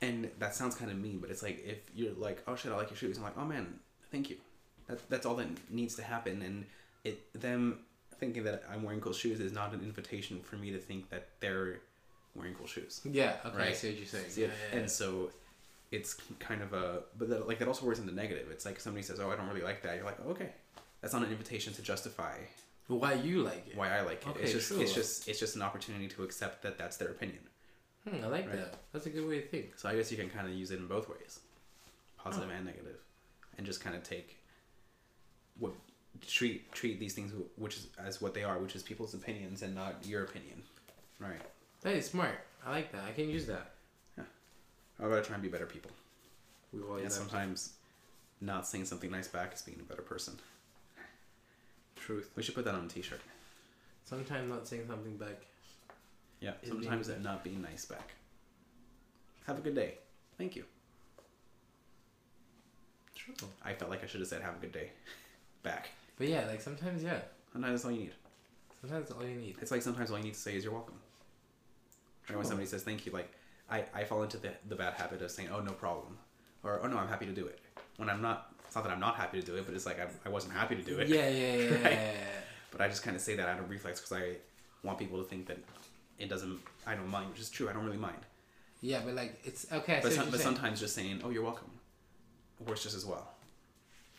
B: and that sounds kind of mean, but it's like if you're like, oh shit, I like your shoes. I'm like, oh man, thank you. That, that's all that needs to happen. And it them thinking that I'm wearing cool shoes is not an invitation for me to think that they're wearing cool shoes.
A: Yeah. Okay. I
B: Right.
A: see what you're saying.
B: See
A: Yeah.
B: it? And so it's kind of a, but that, like that also works in the negative. It's like somebody says, oh, I don't really like that. You're like, okay. That's not an invitation to justify
A: But why you like it?
B: why I like it.
A: Okay,
B: it's just
A: sure.
B: it's just it's just an opportunity to accept that that's their opinion.
A: Hmm, I like
B: Right.
A: that. That's a good way to think.
B: So I guess you can kind of use it in both ways,
A: Oh.
B: positive and negative, and just kind of take what treat treat these things wh- which is as what they are, which is people's opinions and not your opinion. Right.
A: That is smart. I like that. I can use that.
B: I gotta try and be better people.
A: We always have
B: and sometimes not saying something nice back is being a better person.
A: truth.
B: We should put that on a T-shirt.
A: Sometimes not saying something back.
B: Yeah.
A: Is being
B: Sometimes not being nice back. Have a good day. Thank you.
A: True.
B: I felt like I should have said have a good day. back.
A: But yeah, like sometimes, yeah.
B: And that's all you need.
A: Sometimes that's all you need.
B: It's like sometimes all you need to say is you're welcome. Or
A: Sure.
B: when somebody says thank you, like I, I fall into the, the bad habit of saying, oh, no problem. Or, oh, no, I'm happy to do it. When I'm not, it's not that I'm not happy to do it, but it's like I, I wasn't happy to do it.
A: Yeah, yeah, yeah,
B: Right.
A: yeah. yeah.
B: But I just kind of say that out of reflex because I want people to think that it doesn't, I don't mind, which is true. I don't really mind.
A: Yeah, but like it's okay. I
B: But,
A: see what
B: some,
A: you're
B: but
A: saying.
B: sometimes just saying, oh, you're welcome works just as well.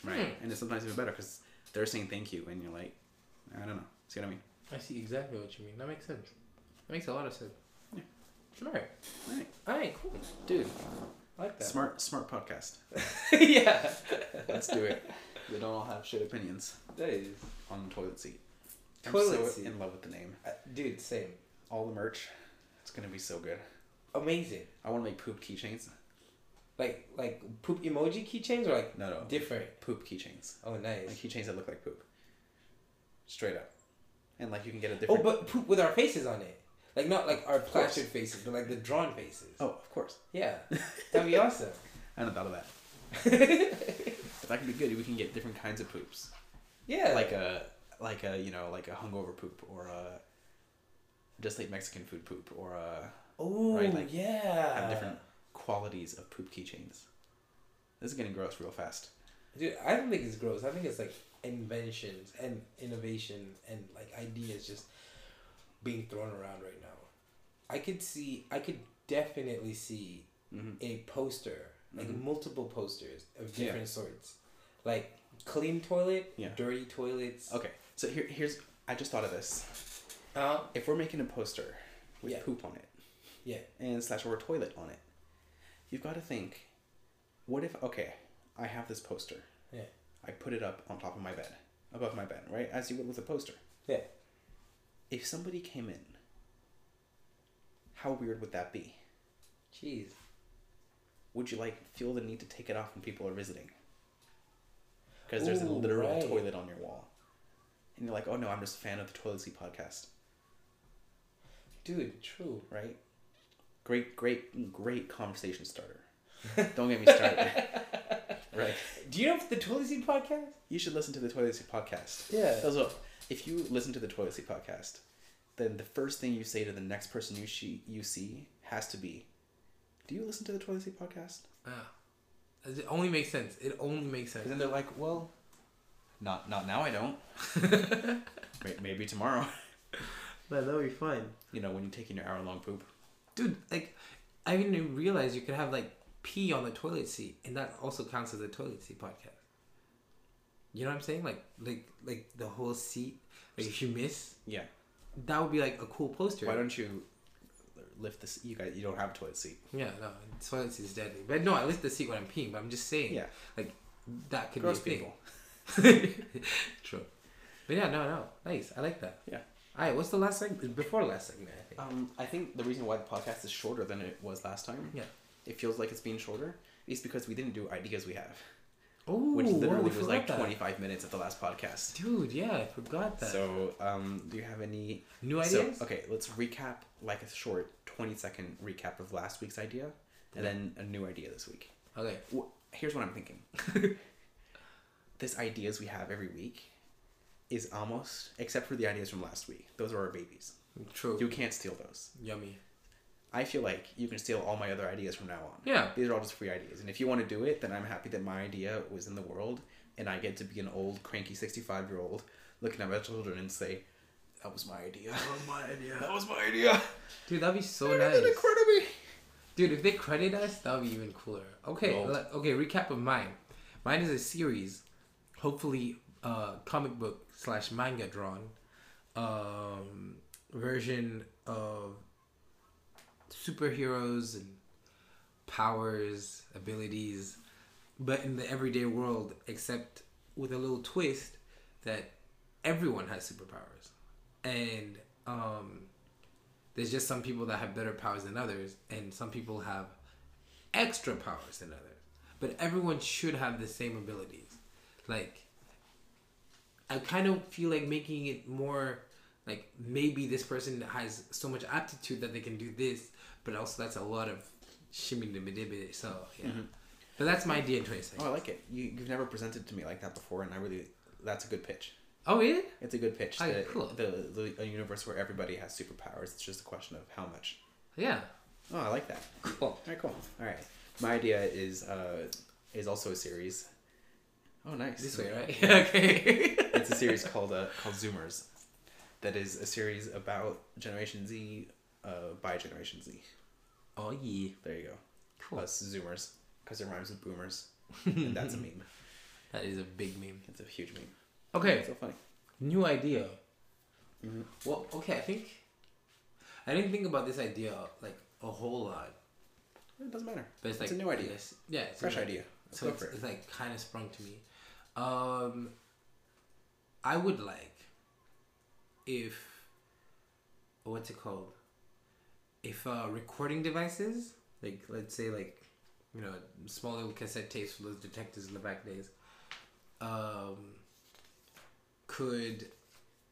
B: Right?
A: Hmm.
B: And it's sometimes even better because they're saying thank you and you're like, I don't know. See what I mean?
A: I see exactly what you mean. That makes sense. That makes a lot of sense.
B: Yeah.
A: Smart.
B: Right.
A: All right, cool.
B: Dude,
A: I like that.
B: smart, smart podcast.
A: yeah.
B: Let's do it. They don't all have shit opinions
A: That is.
B: on toilet seat. I'm
A: Toilet
B: so
A: seat.
B: in love with the name.
A: Uh, dude, same.
B: All the merch. It's gonna be so good.
A: Amazing.
B: I want to make poop keychains.
A: Like like poop emoji keychains or like
B: No, no.
A: different.
B: poop keychains.
A: Oh, nice.
B: Like keychains that look like poop. Straight up. And like you can get a
A: oh,
B: different.
A: but poop with our faces on it. Like not like our plastered faces, but like the drawn faces.
B: Oh, of course.
A: Yeah. That'd be awesome.
B: I hadn't thought of that. That could be good. We can get different kinds of poops.
A: yeah.
B: Like a, like a, you know, like a hungover poop or a, just like Mexican food poop or a.
A: oh
B: right, like,
A: yeah.
B: Have different qualities of poop keychains. This is getting gross real fast.
A: Dude, I don't think it's gross. I think it's like inventions and innovation and like ideas just being thrown around right now. I could see, I could definitely see a poster, like multiple posters of
B: Yeah.
A: different sorts, like clean toilet,
B: Yeah.
A: dirty toilets.
B: Okay, so here, here's I just thought of this.
A: Uh,
B: If we're making a poster with
A: Yeah.
B: poop on it
A: yeah.
B: and slash or toilet on it, you've got to think, what if okay, I have this poster,
A: Yeah.
B: I put it up on top of my bed, above my bed, right, as you would with a poster.
A: Yeah.
B: If somebody came in, how weird would that be?
A: Jeez.
B: Would you like feel the need to take it off when people are visiting? Because there's a
A: Ooh,
B: literal
A: right.
B: toilet on your wall, and you're like, oh no, I'm just a fan of the toilet seat podcast.
A: Dude, true.
B: right? Great, great, great conversation starter. Don't get me started. right.
A: Do you know the Toilet Seat podcast?
B: You should listen to the Toilet Seat Podcast.
A: Yeah.
B: Also, if you listen to the Toilet Seat Podcast, then the first thing you say to the next person you, she, you see has to be, Do you listen to the Toilet Seat Podcast?
A: Ah. It only makes sense. It only makes sense.
B: And then they're like, Well, not, not now, I don't. May- Maybe tomorrow.
A: But that would be fun.
B: You know, when you're taking your hour long poop.
A: Dude, like, I didn't realize you could have, like, pee on the toilet seat, and that also counts as a toilet seat podcast. You know what I'm saying? Like, like, like the whole seat. Like, if you miss,
B: Yeah.
A: that would be, like, a cool poster.
B: Why don't you lift this? You guys, you don't have a toilet seat.
A: Yeah, no, toilet seat is deadly. But no, I lift the seat when I'm peeing, but I'm just saying.
B: Yeah.
A: Like, that could
B: Gross
A: be a
B: people.
A: thing. True. But yeah, no, no. Nice. I like that.
B: Yeah.
A: All right, what's the last segment? Before last segment, I think.
B: Um, I think the reason why the podcast is shorter than it was last time,
A: Yeah.
B: it feels like it's being shorter, is because we didn't do ideas we have,
A: Oh,
B: which literally
A: we
B: was like
A: forgot that.
B: 25 minutes at the last podcast.
A: Dude, yeah, I forgot that.
B: So, um, do you have any
A: New
B: so,
A: ideas?
B: okay, let's recap like a short 20 second recap of last week's idea, and then a new idea this week.
A: okay.
B: Wh- Here's what I'm thinking. this ideas we have every week is almost except for the ideas from last week. Those are our babies.
A: True.
B: You can't steal those.
A: Yummy.
B: I feel like you can steal all my other ideas from now on.
A: Yeah.
B: These are all just free ideas. And if you want to do it, then I'm happy that my idea was in the world and I get to be an old, cranky 65 year old looking at my children and say, That was my idea. That was Oh my idea. that was my idea.
A: Dude, that'd be so
B: They
A: nice.
B: did incredibly.
A: Dude, if they credit us, that would be even cooler. Okay,
B: Gold.
A: le- okay, recap of mine. Mine is a series, hopefully uh, comic book slash manga drawn um, version of superheroes and powers, abilities, but in the everyday world, except with a little twist that everyone has superpowers. And um, there's just some people that have better powers than others, and some people have extra powers than others. But everyone should have the same abilities. Like, I kind of feel like making it more like maybe this person has so much aptitude that they can do this, but also that's a lot of shimmy dibby dibby. So yeah, but that's my idea in twenty seconds.
B: Oh, I like it. You, you've never presented to me like that before, and I really, that's a good pitch.
A: Oh yeah,
B: It's a good pitch.
A: I-
B: the,
A: cool.
B: the, the, a universe where everybody has superpowers. It's just a question of how much.
A: yeah,
B: Oh, I like that.
A: cool.
B: All right, cool. All right, my idea is uh, is also a series. Oh, nice.
A: This way, right? okay.
B: it's a series called uh, called Zoomers. That is a series about Generation Z uh, by Generation Z.
A: oh yeah,
B: There you go.
A: Cool.
B: Us Zoomers, because it rhymes with boomers, and that's a meme.
A: that is a big meme.
B: It's a huge meme.
A: Okay,
B: It's so funny.
A: New idea. Well, okay, I think I didn't think about this idea like a whole lot,
B: It doesn't matter.
A: but it's like
B: a new idea.
A: yes, yeah, it's a
B: Fresh
A: new-
B: idea. Let's
A: So
B: go
A: it's,
B: for it.
A: it's like kind of sprung to me. Um, I would like if what's it called? If uh, recording devices, like let's say like you know small little cassette tapes for those detectives in the back days, um, could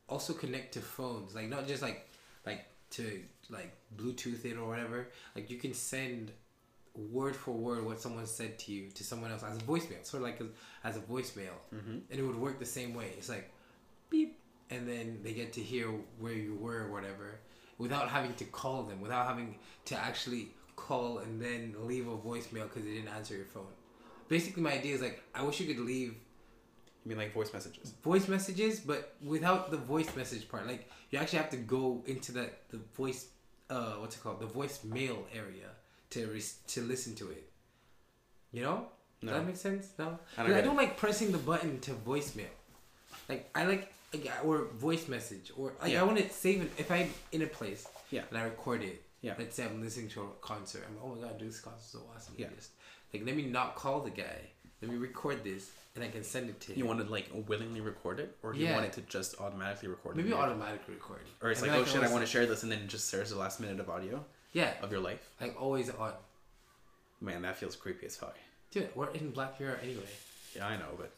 A: also connect to phones, like not just like like to like Bluetooth it or whatever. Like you can send word for word what someone said to you to someone else as a voicemail, sort of like as, as a voicemail, mm-hmm. and it would work the same way. It's like beep, and then they get to hear where you were or whatever, without having to call them, without having to actually call and then leave a voicemail because they didn't answer your phone. Basically, my idea is like I wish you could leave
B: You mean like voice messages?
A: voice messages, but without the voice message part. Like you actually have to go into that the voice uh, what's it called? The voicemail area to re- to listen to it. You know? Does
B: No.
A: that make sense? No. I
B: I don't
A: don't, I
B: get
A: don't like pressing the button to voicemail. Like I like like, or voice message or like
B: Yeah.
A: I want to save it if I'm in a place.
B: Yeah.
A: And I record it.
B: Yeah.
A: Let's say I'm listening to a concert. I'm oh my god, dude, this concert's so awesome.
B: Yeah.
A: Just, like let me not call the guy. Let me record this and I can send it to him.
B: You want to like willingly record it, or do you
A: Yeah.
B: want it to just automatically record
A: Maybe
B: it?
A: automatic record.
B: Or it's
A: And then
B: like, oh
A: can
B: shit, I
A: always-
B: want to share this, and then it just shares the last minute of audio
A: Yeah.
B: of your life.
A: Like always on.
B: Man, that feels creepy as fuck.
A: Dude, we're in Black Mirror anyway.
B: Yeah, I know, but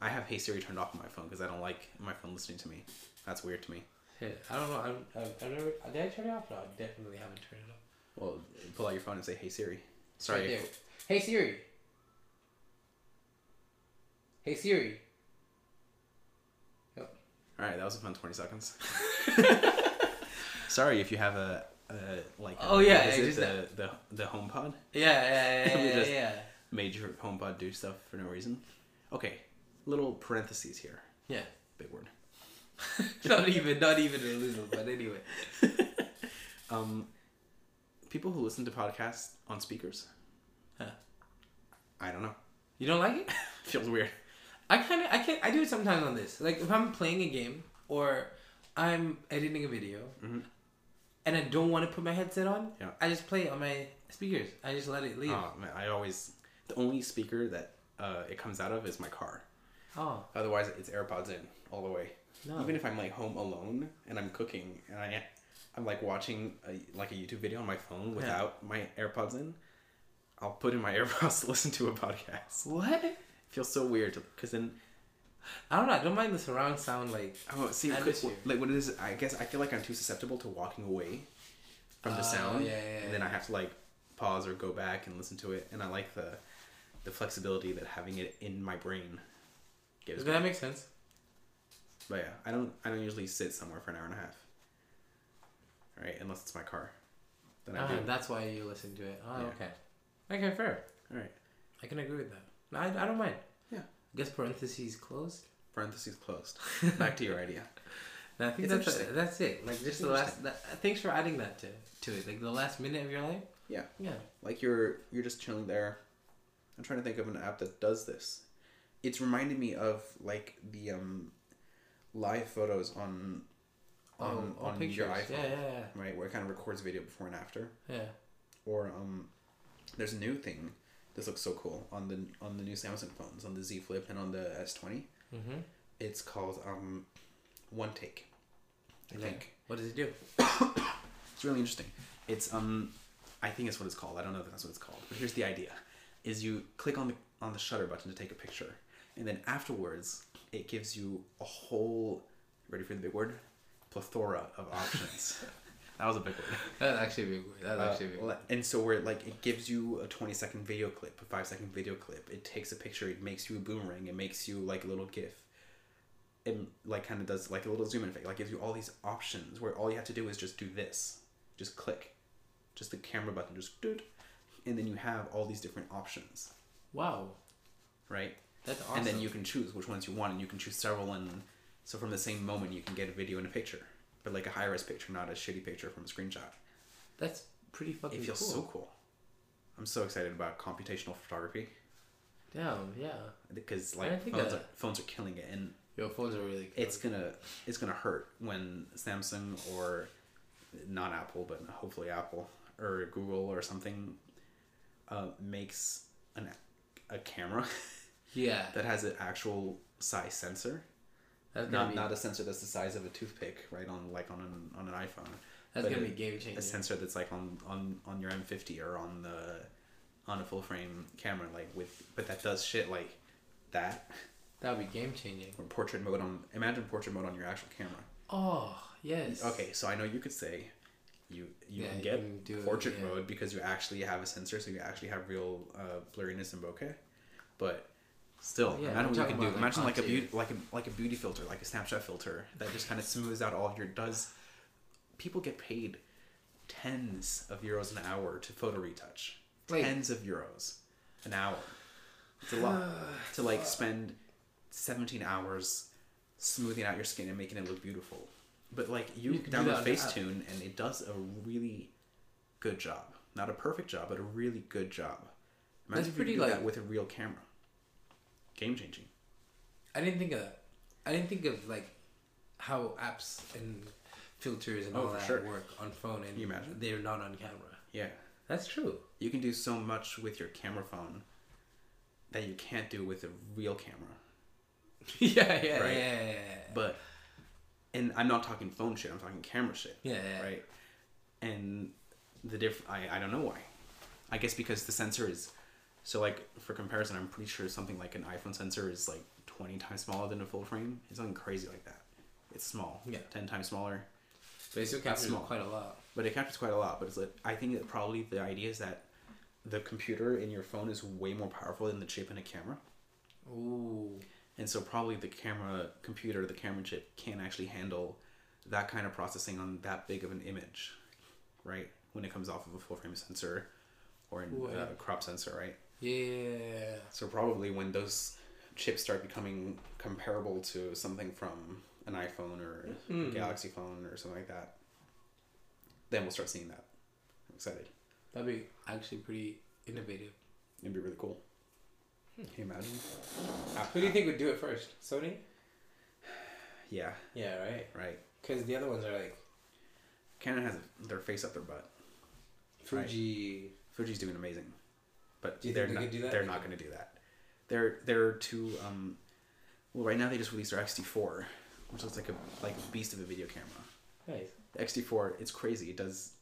B: I have Hey Siri turned off on my phone because I don't like my phone listening to me. That's weird to me.
A: Yeah, I don't know. I don't, I've, I've never. Did I turn it off? No, I definitely haven't turned it off.
B: Well, pull out your phone and say Hey Siri.
A: It's right
B: Sorry.
A: there. Hey Siri. Hey Siri. Yep.
B: All right, that was a fun twenty seconds. Sorry if you have a, a like. a-
A: Oh, yeah,
B: what is
A: I
B: it,
A: just-
B: the, the the HomePod
A: Yeah, yeah, yeah,
B: We
A: yeah,
B: just-
A: yeah.
B: made your HomePod do stuff for no reason. Okay, little parentheses here.
A: Yeah.
B: Big word.
A: not even, not even a little. But anyway.
B: Um, people who listen to podcasts on speakers.
A: Huh.
B: I don't know.
A: You don't like it?
B: Feels weird.
A: I kind of, I can, I do it sometimes on this. Like if I'm playing a game or I'm editing a video, and I don't want to put my headset on,
B: Mm-hmm. Yeah.
A: I just play it on my speakers. I just let it leave.
B: Oh man, I always the only speaker that uh, it comes out of is my car.
A: Oh,
B: Otherwise, it's AirPods in all the way.
A: No.
B: Even if I'm like home alone and I'm cooking and I, I'm like watching a, like a YouTube video on my phone without my AirPods in, I'll put in my AirPods to listen to a podcast.
A: what?
B: It feels so weird because then
A: I don't know. I don't mind the surround sound. Like
B: oh see
A: I
B: could-
A: miss you.
B: like what is it? I guess I feel like I'm too susceptible to walking away from the
A: Oh,
B: sound,
A: yeah, yeah,
B: and then
A: yeah.
B: I have to like pause or go back and listen to it. And I like the the flexibility that having it in my brain gives
A: does
B: me.
A: that make sense?
B: But yeah, I don't I don't usually sit somewhere for an hour and a half. Right, unless it's my car. Then I
A: Ah,
B: do.
A: that's why you listen to it. Oh,
B: Yeah.
A: okay. Okay, fair.
B: All right.
A: I can agree with that. No, I, I don't mind.
B: Yeah.
A: I guess parentheses closed.
B: Parentheses closed. Back to your idea.
A: No, I think
B: It's
A: that's
B: interesting.
A: that's it. Like just the last. That, thanks for adding that to to it. Like the last minute of your life.
B: Yeah.
A: Yeah.
B: Like you're you're just chilling there. I'm trying to think of an app that does this. It's reminded me of like the um live photos on on,
A: oh,
B: on
A: pictures.
B: your iPhone.
A: Yeah, yeah,
B: Right, where it kind of records video before and after.
A: yeah. yeah.
B: Or um there's a new thing. This looks so cool on the on the new Samsung phones, on the Z Flip and on the S twenty.
A: Mm-hmm.
B: It's called um, One Take. I think
A: What does it do?
B: it's really interesting. It's um, I think it's what it's called. I don't know if that's what it's called. But here's the idea: is you click on the on the shutter button to take a picture, and then afterwards it gives you a whole ready for the big word plethora of options. that was a big word.
A: That's actually a big word. That's
B: Uh,
A: actually a big word.
B: le- and so where like it gives you a 20 second video clip a 5 second video clip it takes a picture it makes you a boomerang it makes you like a little gif it like kind of does like a little zoom in effect like gives you all these options where all you have to do is just do this just click just the camera button just do it and then you have all these different options
A: Wow.
B: right
A: That's awesome.
B: and then you can choose which ones you want and you can choose several and so from the same moment you can get a video and a picture but like a high res picture not a shitty picture from a screenshot
A: That's pretty fucking
B: it feels
A: cool.
B: so cool. I'm so excited about computational photography
A: Damn. Yeah.
B: because
A: I
B: like
A: think
B: phones
A: that-
B: are, phones are killing it, and
A: Your phones are really. Cool.
B: it's gonna it's gonna hurt when Samsung or not Apple, but hopefully Apple or Google or something uh, makes an a camera
A: yeah.
B: that has an actual size sensor,
A: That's gonna
B: not
A: be
B: not a sensor that's the size of a toothpick, right on like on an on an iPhone.
A: that's
B: but
A: gonna
B: a-
A: be game changing.
B: a sensor that's like on on on your M50 or on the on a full frame camera like with but that does shit like that
A: That would be game changing.
B: or portrait mode on imagine portrait mode on your actual camera.
A: Oh yes.
B: Okay, so I know you could say you you
A: Yeah,
B: can
A: you
B: get
A: can do it,
B: portrait
A: yeah.
B: mode because you actually have a sensor so you actually have real uh, blurriness and bokeh. But still,
A: Yeah,
B: imagine
A: we're
B: what you
A: talking
B: can do.
A: about, like,
B: imagine like a
A: contour.
B: beauty like a like a beauty filter, like a Snapchat filter that just kind of smooths out all your does people get paid tens of euros an hour to photo retouch.
A: Like-
B: tens of euros an hour. It's a lot to like spend 17 hours smoothing out your skin and making it look beautiful. But like you,
A: You can do
B: download
A: that on the app.
B: Facetune and it does a really good job. Not a perfect job, but a really good job. Imagine
A: That's
B: if you could
A: pretty,
B: do that
A: like-
B: with a real camera. Game changing.
A: I didn't think of that. I didn't think of like how apps and filters and
B: Oh,
A: all
B: for
A: that
B: sure.
A: work on phone and
B: you imagine?
A: they're not on camera.
B: Yeah.
A: That's true.
B: You can do so much with your camera phone that you can't do with a real camera.
A: yeah, yeah,
B: Right.
A: yeah, yeah,
B: But and I'm not talking phone shit, I'm talking camera shit.
A: yeah, yeah, yeah.
B: right? And the diff, I, I don't know why. I guess because the sensor is so like for comparison, I'm pretty sure something like an iPhone sensor is like 20 times smaller than a full frame. It's something crazy like that. It's small,
A: Yeah.
B: 10 times smaller,
A: Facial captures
B: small.
A: quite a lot.
B: but it captures quite a lot. But it's like I think that probably the idea is that the computer in your phone is way more powerful than the chip in a camera.
A: Ooh,
B: And so probably the camera computer, the camera chip can't actually handle that kind of processing on that big of an image, right? When it comes off of a full frame sensor or
A: Ooh,
B: a uh,
A: yeah.
B: crop sensor, right?
A: yeah.
B: So probably when those chips start becoming comparable to something from an iPhone or a Galaxy phone or something like that, then we'll start seeing that. I'm excited.
A: That'd be actually pretty innovative.
B: It'd be really cool. Can you imagine? Ah,
A: Who do you think would do it first? Sony?
B: Yeah,
A: Yeah, right.
B: right.
A: Because the other ones are like
B: Canon has their face up their butt.
A: Fuji.
B: Fuji's doing amazing, but
A: Do you
B: they're
A: think they
B: not.
A: could do that?
B: They're not going to do that. They're they're too. Um, well, right now they just released their XT4, which looks like a like a beast of a video camera.
A: Nice.
B: The XT4, it's crazy. It does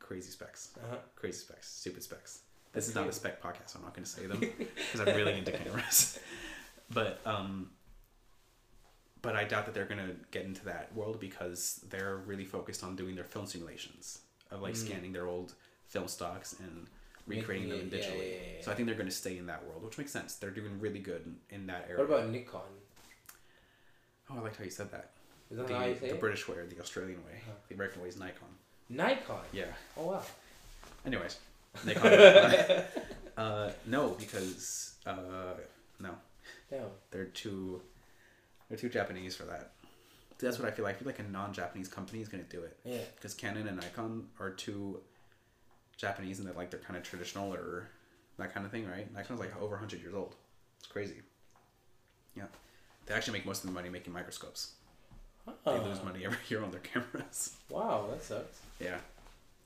B: crazy specs,
A: Uh-huh.
B: crazy specs, stupid specs. This is not a spec podcast. so I'm not going to say them because I'm really into cameras. but um, but I doubt that they're going to get into that world because they're really focused on doing their film simulations of like scanning their old film stocks and recreating
A: Mm. Making
B: them
A: it- yeah,
B: digitally.
A: yeah, yeah,
B: So I think they're going to stay in that world, which makes sense. They're doing really good in- in that area.
A: What about Nikon?
B: oh, I liked how you said that.
A: Is
B: The,
A: that how you say
B: the
A: it?
B: British way or the Australian way.
A: Huh.
B: The American way is Nikon.
A: Nikon.
B: Yeah.
A: Oh wow.
B: Anyways, they call it- uh, no, because uh, no,
A: Damn.
B: they're too they're too Japanese for that. That's what I feel like. I feel like a non-Japanese company is gonna do it
A: Yeah.
B: because Canon and Nikon are too Japanese and they're like they're kind of traditional or that kind of thing, right? Nikon's like over hundred years old. It's crazy. Yeah, they actually make most of the money making microscopes. They lose
A: Ah,
B: money every year on their cameras.
A: Wow, that sucks.
B: Yeah.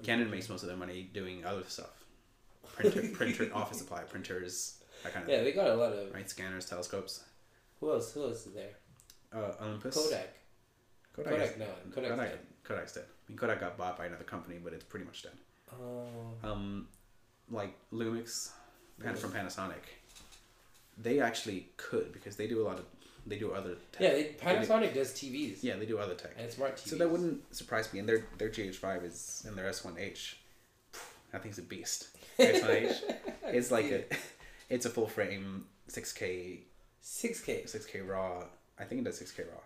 B: Canon makes most of their money doing other stuff. Printer, printer, office supply, printers, that kind of
A: Yeah,
B: thing.
A: they got a lot of.
B: Right? Scanners, telescopes.
A: Who else? Who else is there?
B: Uh, Olympus.
A: Kodak.
B: Kodak.
A: Kodak,
B: is-
A: no, Kodak's
B: Kodak,
A: dead.
B: Kodak's dead. I mean, Kodak got bought by another company, but it's pretty much dead.
A: Um,
B: Um, like Lumix, Pan-
A: Lumix.
B: from Panasonic. They actually could because they do a lot of they do other tech.
A: yeah, they,
B: They do-
A: Panasonic does TVs.
B: yeah, they do other tech.
A: And smart TVs.
B: So that wouldn't surprise me. And their their GH5 is and their S1H. phew, That thing's a beast. S1H. it's like a, it's a full frame 6K
A: 6K.
B: 6K raw. I think it does 6K raw.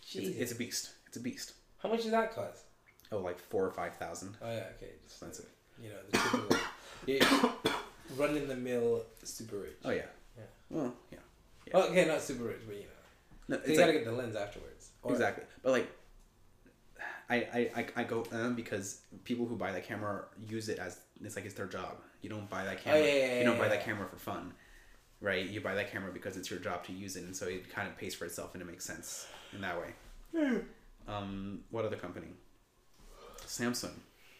B: It's,
A: Jesus.
B: it's a beast. It's a beast.
A: How much does that cost?
B: Oh, like four or five thousand.
A: Oh yeah, okay. Just,
B: Expensive.
A: you know, the typical yeah, run in the mill super rich.
B: Oh yeah.
A: Yeah.
B: Well, yeah.
A: Oh, okay, not super rich, but you know,
B: No,
A: you
B: it's
A: gotta
B: like-
A: get the lens afterwards. Or-
B: exactly. But like, I I, I, I go um, because people who buy that camera use it as it's like it's their job. You don't buy that camera.
A: Oh, yeah, yeah,
B: you don't
A: yeah,
B: buy
A: yeah.
B: that camera for fun, right? You buy that camera because it's your job to use it, and so it kind of pays for itself, and it makes sense in that way.
A: Hmm.
B: Um, what other company? Samsung.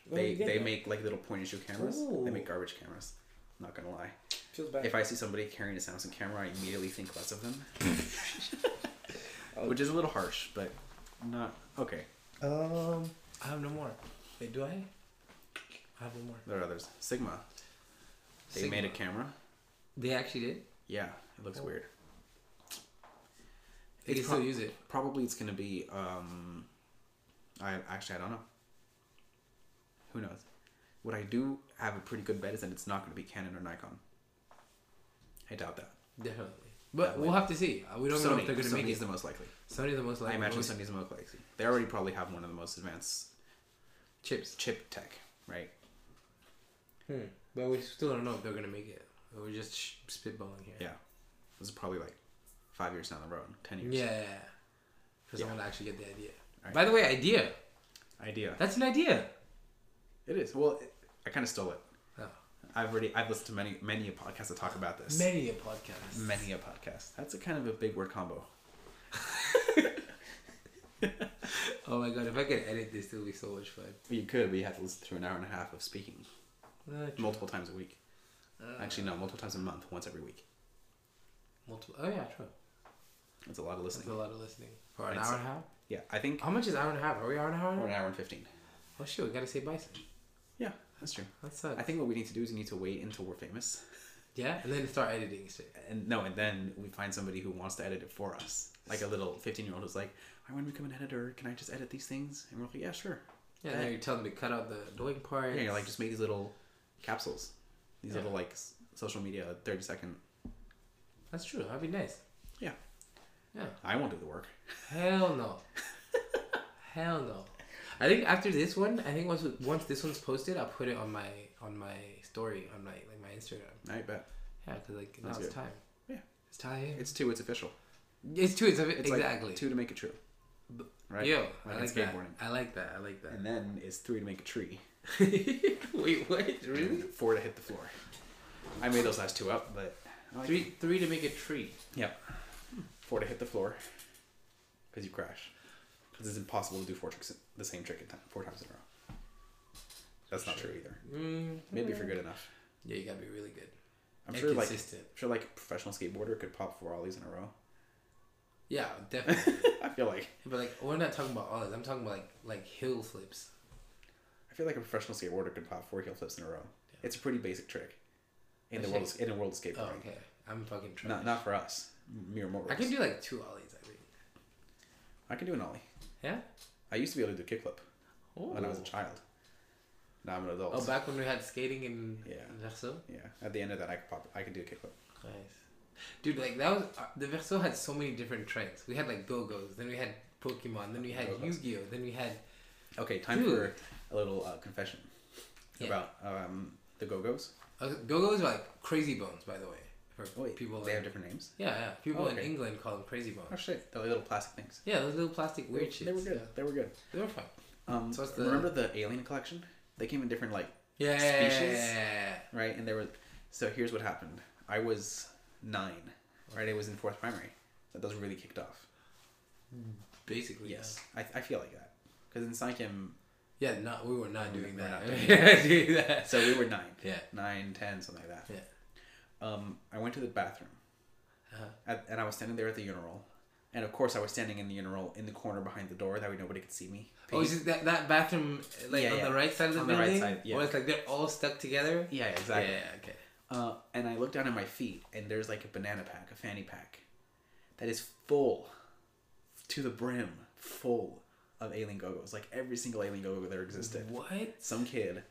A: Where
B: They
A: you get
B: they
A: that?
B: make like little point and shoot cameras. They
A: Oh, Ooh.
B: make garbage cameras. Not gonna lie.
A: Feels bad.
B: If I see somebody carrying a Samsung camera, I immediately think less of them.
A: Oh.
B: Which is a little harsh, but not okay.
A: Um, I have no more. Wait, do I? I have one more.
B: There are others. Sigma. They made a
A: Sigma. Oh.
B: camera.
A: They actually did.
B: Yeah, it looks weird.
A: They
B: It's
A: can still
B: prob-
A: use it.
B: Probably it's gonna be. Um, I actually I don't know. Who knows? What I do have a pretty good bet is that it's not gonna be Canon or Nikon. I doubt that.
A: Definitely. But
B: Yeah,
A: we'll
B: wait.
A: have to see. Uh, We don't know
B: Sony.
A: if they're gonna
B: Sony's
A: make it.
B: the most likely.
A: Sony's the most
B: I
A: likely.
B: imagine
A: most
B: Sony's the most likely. They already probably have one of the most advanced
A: chips.
B: chip tech, right?
A: Hmm. But we still don't know if they're gonna make it. We're just sh- spitballing here.
B: Yeah. This is probably like five years down the road, ten years.
A: Yeah. For
B: Yeah.
A: someone to actually get the idea.
B: All
A: By the way, idea.
B: Idea.
A: That's an idea.
B: It is. Well, it, I kind of stole it.
A: Oh.
B: I've already I've listened to many many a podcast that talk about this.
A: Many a podcast.
B: Many a podcast. That's a kind of a big word combo.
A: Oh my god, if I could edit this, it would be so much fun.
B: You could, but you have to listen to an hour and a half of speaking
A: Uh,
B: multiple times a week. Actually, no, multiple times a month, once every week.
A: multiple. Oh yeah, true.
B: That's a lot of
A: That's
B: listening.
A: a lot of listening for an
B: Right,
A: hour
B: so-
A: and a Oh. half.
B: Yeah, I think
A: How much is hour and a half? Are we hour and a half?
B: we're an hour and fifteen.
A: Oh shit, we gotta say bison.
B: Yeah, that's true.
A: That sucks.
B: I think what we need to do is we need to wait until we're famous,
A: yeah, and then start editing shit.
B: and no, and then we find somebody who wants to edit it for us, like a little fifteen-year-old who's like, "I want to become an editor. Can I just edit these things?" And we're like, "Yeah, sure."
A: Yeah, and then you tell them to cut out the annoying part.
B: Yeah, you're like just make these little capsules, these
A: Yeah.
B: little like s- social media thirty-second.
A: That's true. That'd be nice.
B: Yeah,
A: Yeah.
B: I won't do the work.
A: Hell no. Hell no. I think after this one, I think once once this one's posted, I'll put it on my on my story on my like my Instagram.
B: I bet.
A: Yeah, because like now
B: That's
A: it's
B: good.
A: time.
B: Yeah.
A: It's time.
B: It's two. It's official.
A: It's two. It's,
B: It's
A: exactly
B: like two to make a true. Right.
A: Yo,
B: Like
A: I
B: in
A: like that.
B: skateboarding.
A: I like that. I like
B: And then it's three to make a tree.
A: that. Wait, what?
B: and Four to hit the floor. I made those last two up, but I like
A: Three, three to make a tree.
B: Yeah. Four to hit the floor. Because you crash. Because it's impossible to do four tricks, the same trick in time, four times in a row. That's not true either.
A: Mm.
B: Maybe if you're good enough.
A: Yeah, you gotta be really good.
B: Mm-hmm. I'm
A: And
B: sure, like, I'm
A: consistent.
B: sure, like, a professional skateboarder could pop four ollies in a row.
A: Yeah, definitely.
B: I feel like,
A: but like, we're not talking about all this. I'm talking about like like hill flips.
B: I feel like a professional skateboarder could pop four heel flips in a row. It's a pretty basic trick. In the
A: Actually-
B: world, of, in the world of skateboarding,
A: Oh, okay. I'm fucking trying.
B: not not for us, mere mortals.
A: I can do like two ollies. I think.
B: I can do an ollie.
A: Yeah.
B: I used to be able to do a kickflip when I was a
A: Ooh.
B: child. Now I'm an adult.
A: Oh, back when we had skating in
B: Yeah.
A: in Verso.
B: yeah, at the end of that, I could pop. I could do a kickflip.
A: Nice. Dude, like that was uh, the Verso had so many different trends. We had like Go-Go's, then we had Pokemon, then we had
B: Go-Go's.
A: Yu-Gi-Oh, then we had
B: Okay, time
A: Dude.
B: for a little uh, confession
A: Yeah.
B: about um, the Go Go's.
A: uh, Go-Go's are like Crazy Bones, by the way, for Oh, people.
B: Oh, they
A: in-
B: have different names.
A: yeah, yeah, people
B: Oh,
A: in
B: okay.
A: England call them Crazy Bones.
B: Oh shit, the little plastic things.
A: Yeah, those little plastic weird
B: They were
A: shits.
B: good. They were good.
A: They were fun.
B: Um,
A: So it's the-
B: Remember the Alien collection? They came in different like
A: Yeah.
B: right, and there were. So here's what happened. I was nine. Right, I was in fourth primary. So those really kicked off.
A: Basically.
B: Yes, I, I feel like that because in Psychem,
A: Yeah, yeah no, we were not
B: We
A: doing
B: were
A: that.
B: not
A: We were
B: doing
A: not doing that.
B: so we were nine,
A: Yeah.
B: nine, ten, something like that.
A: Yeah.
B: Um, I went to the bathroom.
A: Uh-huh.
B: at, and I was standing there at the urinal. And of course, I was standing in the urinal in the corner behind the door. That way, nobody could see me.
A: Oh, is it that, that bathroom like
B: Yeah,
A: on
B: yeah.
A: the right side of the
B: On the right
A: building?
B: side, yeah.
A: Where it's like they're all stuck together?
B: yeah, exactly.
A: Yeah, okay.
B: Uh, and I look down at my feet, and there's like a banana pack, a fanny pack, that is full to the brim, full of alien gogos. Like every single alien gogo there existed.
A: What?
B: Some kid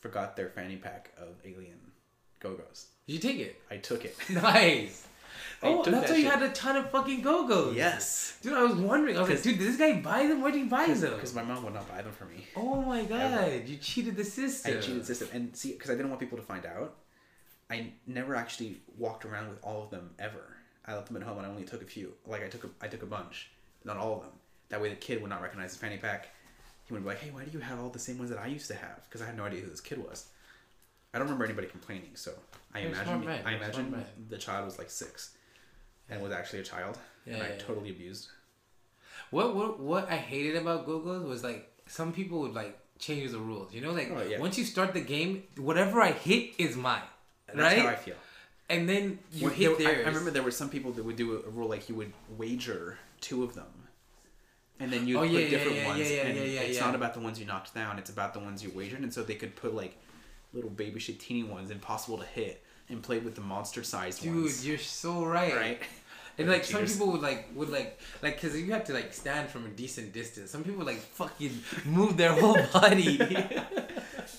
B: forgot their fanny pack of alien gogos.
A: You take it.
B: I took it.
A: Nice.
B: I
A: Oh,
B: took
A: that's
B: that
A: why you
B: shit.
A: had a ton of fucking go go's.
B: yes.
A: Dude, I was wondering. I was like, dude, did this guy buy them? Where did he buy them?
B: Because my mom would not buy them for me.
A: Oh my god, you cheated the
B: I
A: system.
B: cheated the system, and see, because I didn't want people to find out, I never actually walked around with all of them ever. I left them at home, and I only took a few. Like I took a, I took a bunch, not all of them. That way, the kid would not recognize his fanny pack. He would be like, "Hey, why do you have all the same ones that I used to have?" Because I had no idea who this kid was. I don't remember anybody complaining, so I
A: You're a
B: imagine,
A: smart man.
B: I
A: You're a smart
B: imagine
A: man.
B: the child was like six, and was actually a child,
A: Yeah,
B: and I
A: yeah, yeah.
B: totally abused.
A: What what what I hated about Go-Go's was like some people would like change the rules. You know, like
B: Oh, yeah.
A: once you start the game, whatever I hit is mine,
B: And that's
A: right?
B: how I feel.
A: and then you
B: Well,
A: hit
B: there- I-
A: theirs.
B: I, remember there were some people that would do a, a rule like you would wager two of them, and then you
A: Oh,
B: would
A: yeah,
B: put
A: yeah,
B: different
A: yeah,
B: ones.
A: yeah, yeah,
B: and
A: yeah, yeah,
B: it's
A: yeah.
B: not about the ones you knocked down; it's about the ones you wagered. And so they could put like little baby shit, teeny ones, impossible to hit, and play with the monster sized
A: dude,
B: ones.
A: you're so right.
B: Right?
A: And like some
B: Cheaters.
A: people would like would like like because you have to like stand from a decent distance. Some people like fucking move their whole body.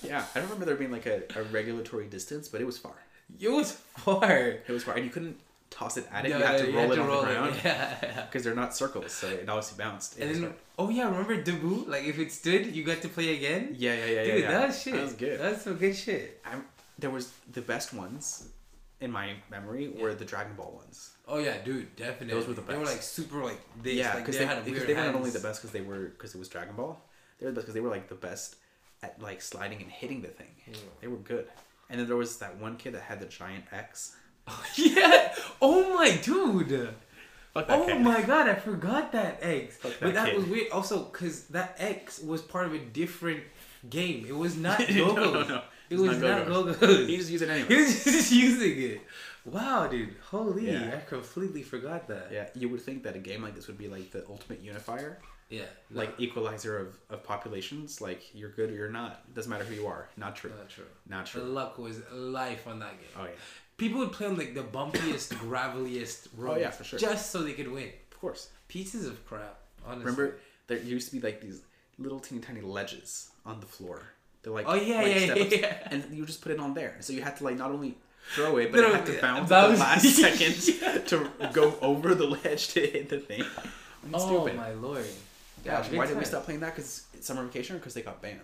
B: Yeah, I don't remember there being like a, a regulatory distance, but it was far.
A: it was far.
B: It was far, and you couldn't toss it at it.
A: Yeah,
B: you had to
A: you
B: roll
A: had
B: it
A: to
B: on
A: roll
B: the
A: it,
B: ground
A: yeah.
B: because they're not circles, so it obviously bounced. It
A: And
B: was
A: then
B: far.
A: oh yeah, remember Debut? Like if it stood, you got to play again.
B: yeah, yeah, yeah, yeah,
A: Dude,
B: yeah.
A: that was shit.
B: That was good.
A: That's some good shit.
B: i there was the best ones, in my memory were the Dragon Ball ones.
A: Oh yeah, dude, definitely.
B: Those were the
A: They were
B: best.
A: like super like this.
B: yeah,
A: like,
B: because they,
A: had
B: because
A: weird
B: they were not only
A: hands.
B: the best because they were because it was Dragon Ball. They were the best because they were like the best at like sliding and hitting the thing.
A: Mm.
B: They were good. And then there was that one kid that had the giant X.
A: yeah. Oh my dude.
B: Fuck that
A: Oh
B: kid.
A: my god, I forgot that X.
B: Fuck
A: but that
B: that kid.
A: was weird also because that X was part of a different game. It was not
B: No,
A: Gogo's.
B: no, no.
A: It
B: It's
A: was not
B: not Go-Go's.
A: Gogo's.
B: He just used it anyway.
A: He was just using it. Wow, dude. Holy,
B: Yeah.
A: I completely forgot that.
B: Yeah, you would think that a game like this would be like the ultimate unifier,
A: Yeah.
B: like equalizer of, of populations. Like you're good or you're not. Doesn't matter who you are. Not true.
A: Not true.
B: Not
A: The
B: true.
A: luck was life on that game.
B: Oh yeah,
A: People would play on like the bumpiest, graveliest roads
B: Oh, yeah, for sure.
A: just so they could win.
B: of course.
A: Pieces of crap, honestly.
B: Remember, there used to be like these little teeny tiny ledges on the floor. They're like
A: Oh, yeah,
B: like,
A: yeah,
B: step-ups,
A: yeah.
B: and you just put it on there. So you had to like not only throw it, but
A: No,
B: it had to
A: yeah,
B: bounce at the
A: bounce.
B: last second to go over the ledge to hit the thing. I'm
A: Oh
B: stupid.
A: my lord.
B: Gosh,
A: big
B: why did we
A: time.
B: stop playing that? Because summer vacation, or because they got banned.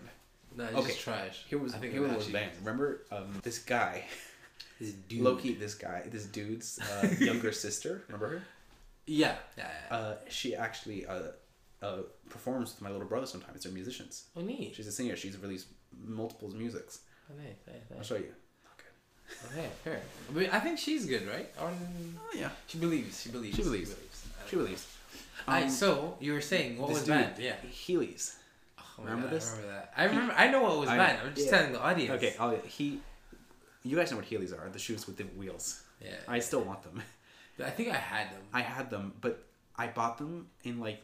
A: No, it's
B: Okay.
A: just trash.
B: Here was
A: I
B: here
A: I'm
B: was
A: actually-
B: banned. Remember um, this guy,
A: This dude.
B: Loki? This guy, this dude's uh, younger sister. Remember her?
A: Yeah. yeah, yeah.
B: Uh, she actually uh, uh, performs with my little brother sometimes. They're musicians.
A: oh, neat.
B: She's a singer. She's released multiples musics.
A: Oh, nice, nice,
B: I'll
A: nice.
B: show you.
A: Okay, fair. But I think she's good, right? Or, mm,
B: Oh yeah,
A: she believes. She believes.
B: She believes. she released.
A: I,
B: Um,
A: so you were saying what
B: this
A: was
B: dude,
A: banned? Yeah.
B: Healy's.
A: Oh my
B: remember
A: God,
B: this?
A: I remember that. I remember. I know what was
B: I-
A: banned. I'm just
B: yeah.
A: telling the audience.
B: Okay, I'll, he. You guys know what Heelys are? The shoes with the wheels.
A: Yeah.
B: I still want them.
A: I think I had them.
B: I had them, but I bought them in like,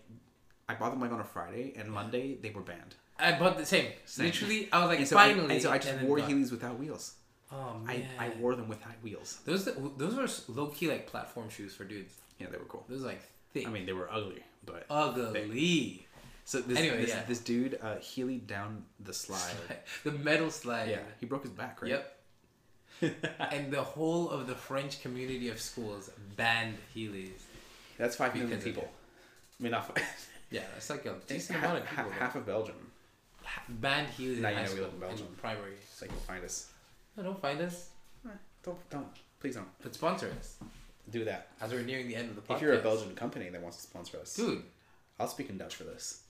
B: I bought them like on a Friday and Monday they were banned.
A: I bought the same.
B: Same.
A: Literally, I was like,
B: and so
A: finally.
B: I, and so I just
A: and then
B: wore
A: got-
B: Heelys without wheels.
A: Oh
B: I,
A: man.
B: I wore them without wheels.
A: Those those were low key like platform shoes for dudes.
B: Yeah, they were cool.
A: Those like thick,
B: I mean, they were ugly, but
A: ugly.
B: so this
A: Uh, Anyway,
B: this,
A: yeah.
B: this dude uh, Healy down the slide.
A: the metal slide.
B: Yeah, he broke his back, right?
A: Yep. and the whole of the French community of schools banned Heelys.
B: That's five million
A: Because of
B: people. I mean, not five.
A: Yeah, that's like a decent
B: half,
A: amount of people.
B: half, half of Belgium.
A: that banned Heelys in
B: Now you
A: high
B: know we
A: school
B: live in Belgium.
A: and primary.
B: It's like, you'll find us.
A: No, don't find us,
B: Eh, Don't, don't, please don't
A: but sponsor us
B: do that.
A: as we're nearing the end of the podcast.
B: If you're a Belgian company that wants to sponsor us,
A: dude,
B: I'll speak in Dutch for this.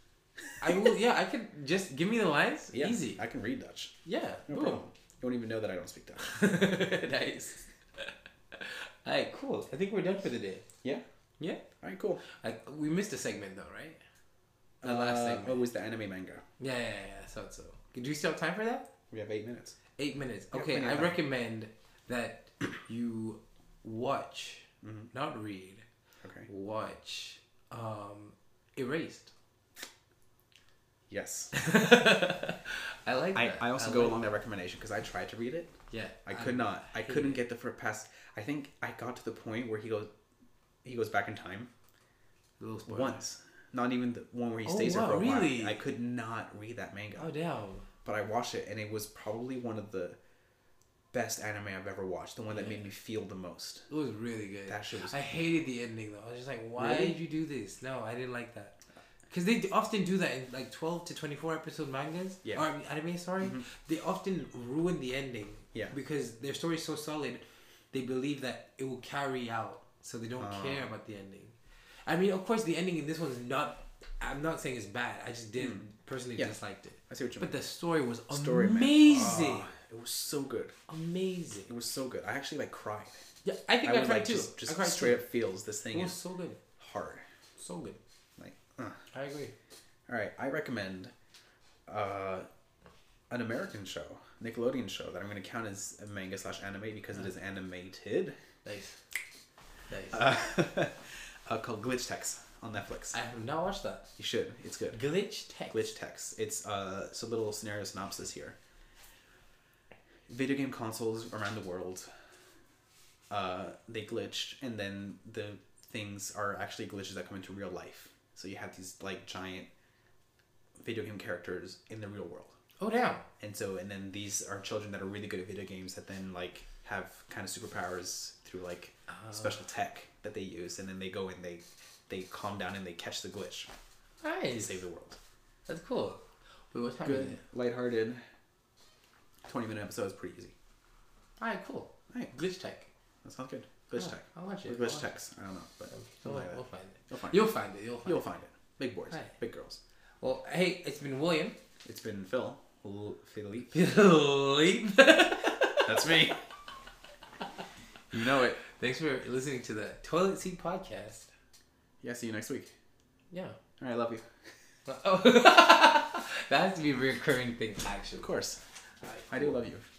A: I will. Yeah, I can just give me the lines.
B: Yeah,
A: Easy.
B: I can read Dutch.
A: yeah.
B: No
A: boom.
B: problem. You won't even know that I don't speak Dutch.
A: nice. All right, cool. I think we're done for the day.
B: yeah.
A: Yeah.
B: All right. Cool.
A: Like we missed a segment though, right? The last
B: Uh,
A: segment.
B: Oh, it was the anime manga.
A: Yeah, yeah, yeah. I thought so. Do you still have time for that?
B: We have eight minutes.
A: Eight minutes.
B: Yeah,
A: Okay,
B: plenty of
A: I
B: time.
A: recommend that you watch, not read,
B: Okay.
A: watch um, Erased.
B: Yes.
A: I like
B: I,
A: that.
B: I also go
A: like-
B: along that recommendation because I tried to read it.
A: Yeah.
B: I could not. I couldn't get the first past. I think I got to the point where he goes, he goes back in time
A: Little spoiler.
B: once. Not even the one where he
A: Oh,
B: stays
A: wow,
B: there for a
A: really?
B: while. I could not read that manga.
A: Oh, damn.
B: but I watched it and it was probably one of the best anime I've ever watched. The one that made me feel the most.
A: It was really good.
B: That shit was-
A: I hated the ending though. I was just like, why
B: Really?
A: did you do this? No, I didn't like that. Because they d- often do that in like twelve to twenty-four episode mangas
B: Yeah. Mm-hmm.
A: or anime. Sorry, they often ruin the ending.
B: Yeah.
A: Because their story's so solid, they believe that it will carry out, so they
B: Ah.
A: don't care about the ending. I mean, of course, the ending in this one's not. I'm not saying it's bad. I just didn't personally
B: Mm. Yeah.
A: disliked it.
B: I see what you
A: But
B: mean.
A: the story was
B: Story man.
A: amazing,
B: Ah, it was so good.
A: amazing.
B: It was so good. I actually like cried.
A: Yeah, I think
B: I,
A: I,
B: was
A: cried
B: like
A: too.
B: just,
A: I
B: just
A: cried
B: straight
A: too.
B: up feels this thing
A: It was
B: is
A: so good,
B: hard.
A: so good.
B: Like, ugh.
A: I agree.
B: all right. I recommend uh, an American show, Nickelodeon show that I'm going to count as a manga slash anime because
A: Uh.
B: it is animated.
A: Nice. Nice.
B: Uh, uh, called Glitch Text on Netflix.
A: I have not watched that.
B: You should. It's good.
A: Glitch Tech.
B: glitch text. It's uh, it's a little scenario synopsis here. Video game consoles around the world, uh, they glitched, and then the things are actually glitches that come into real life. So you have these like giant video game characters in the real world,
A: Oh damn.
B: and so and then these are children that are really good at video games that then like have kind of superpowers through like
A: Oh.
B: special tech that they use, and then they go and they they calm down and they catch the glitch and
A: Nice.
B: save the world.
A: That's cool. Wait, what time is
B: good,
A: it?
B: lighthearted. Twenty minute episode is pretty easy.
A: Alright, cool.
B: Alright.
A: Glitch Tech.
B: That sounds good. Glitch
A: Oh,
B: tech.
A: I'll watch it.
B: Or
A: I'll watch
B: Glitch
A: it.
B: techs. I don't know, but
A: We'll,
B: something like that.
A: we'll find it.
B: You'll find it.
A: You'll find it. You'll find
B: You'll
A: it.
B: find it. Big boys,
A: Right.
B: big girls.
A: Well, hey, it's been William.
B: It's been Phil. L- Philippe.
A: Philippe.
B: That's me. you know it.
A: Thanks for listening to the Toilet Seat Podcast.
B: Yeah. See you next week.
A: Yeah.
B: All right. Love you.
A: Oh. that has to be a recurring thing, actually.
B: Of course.
A: All right.
B: I do love you.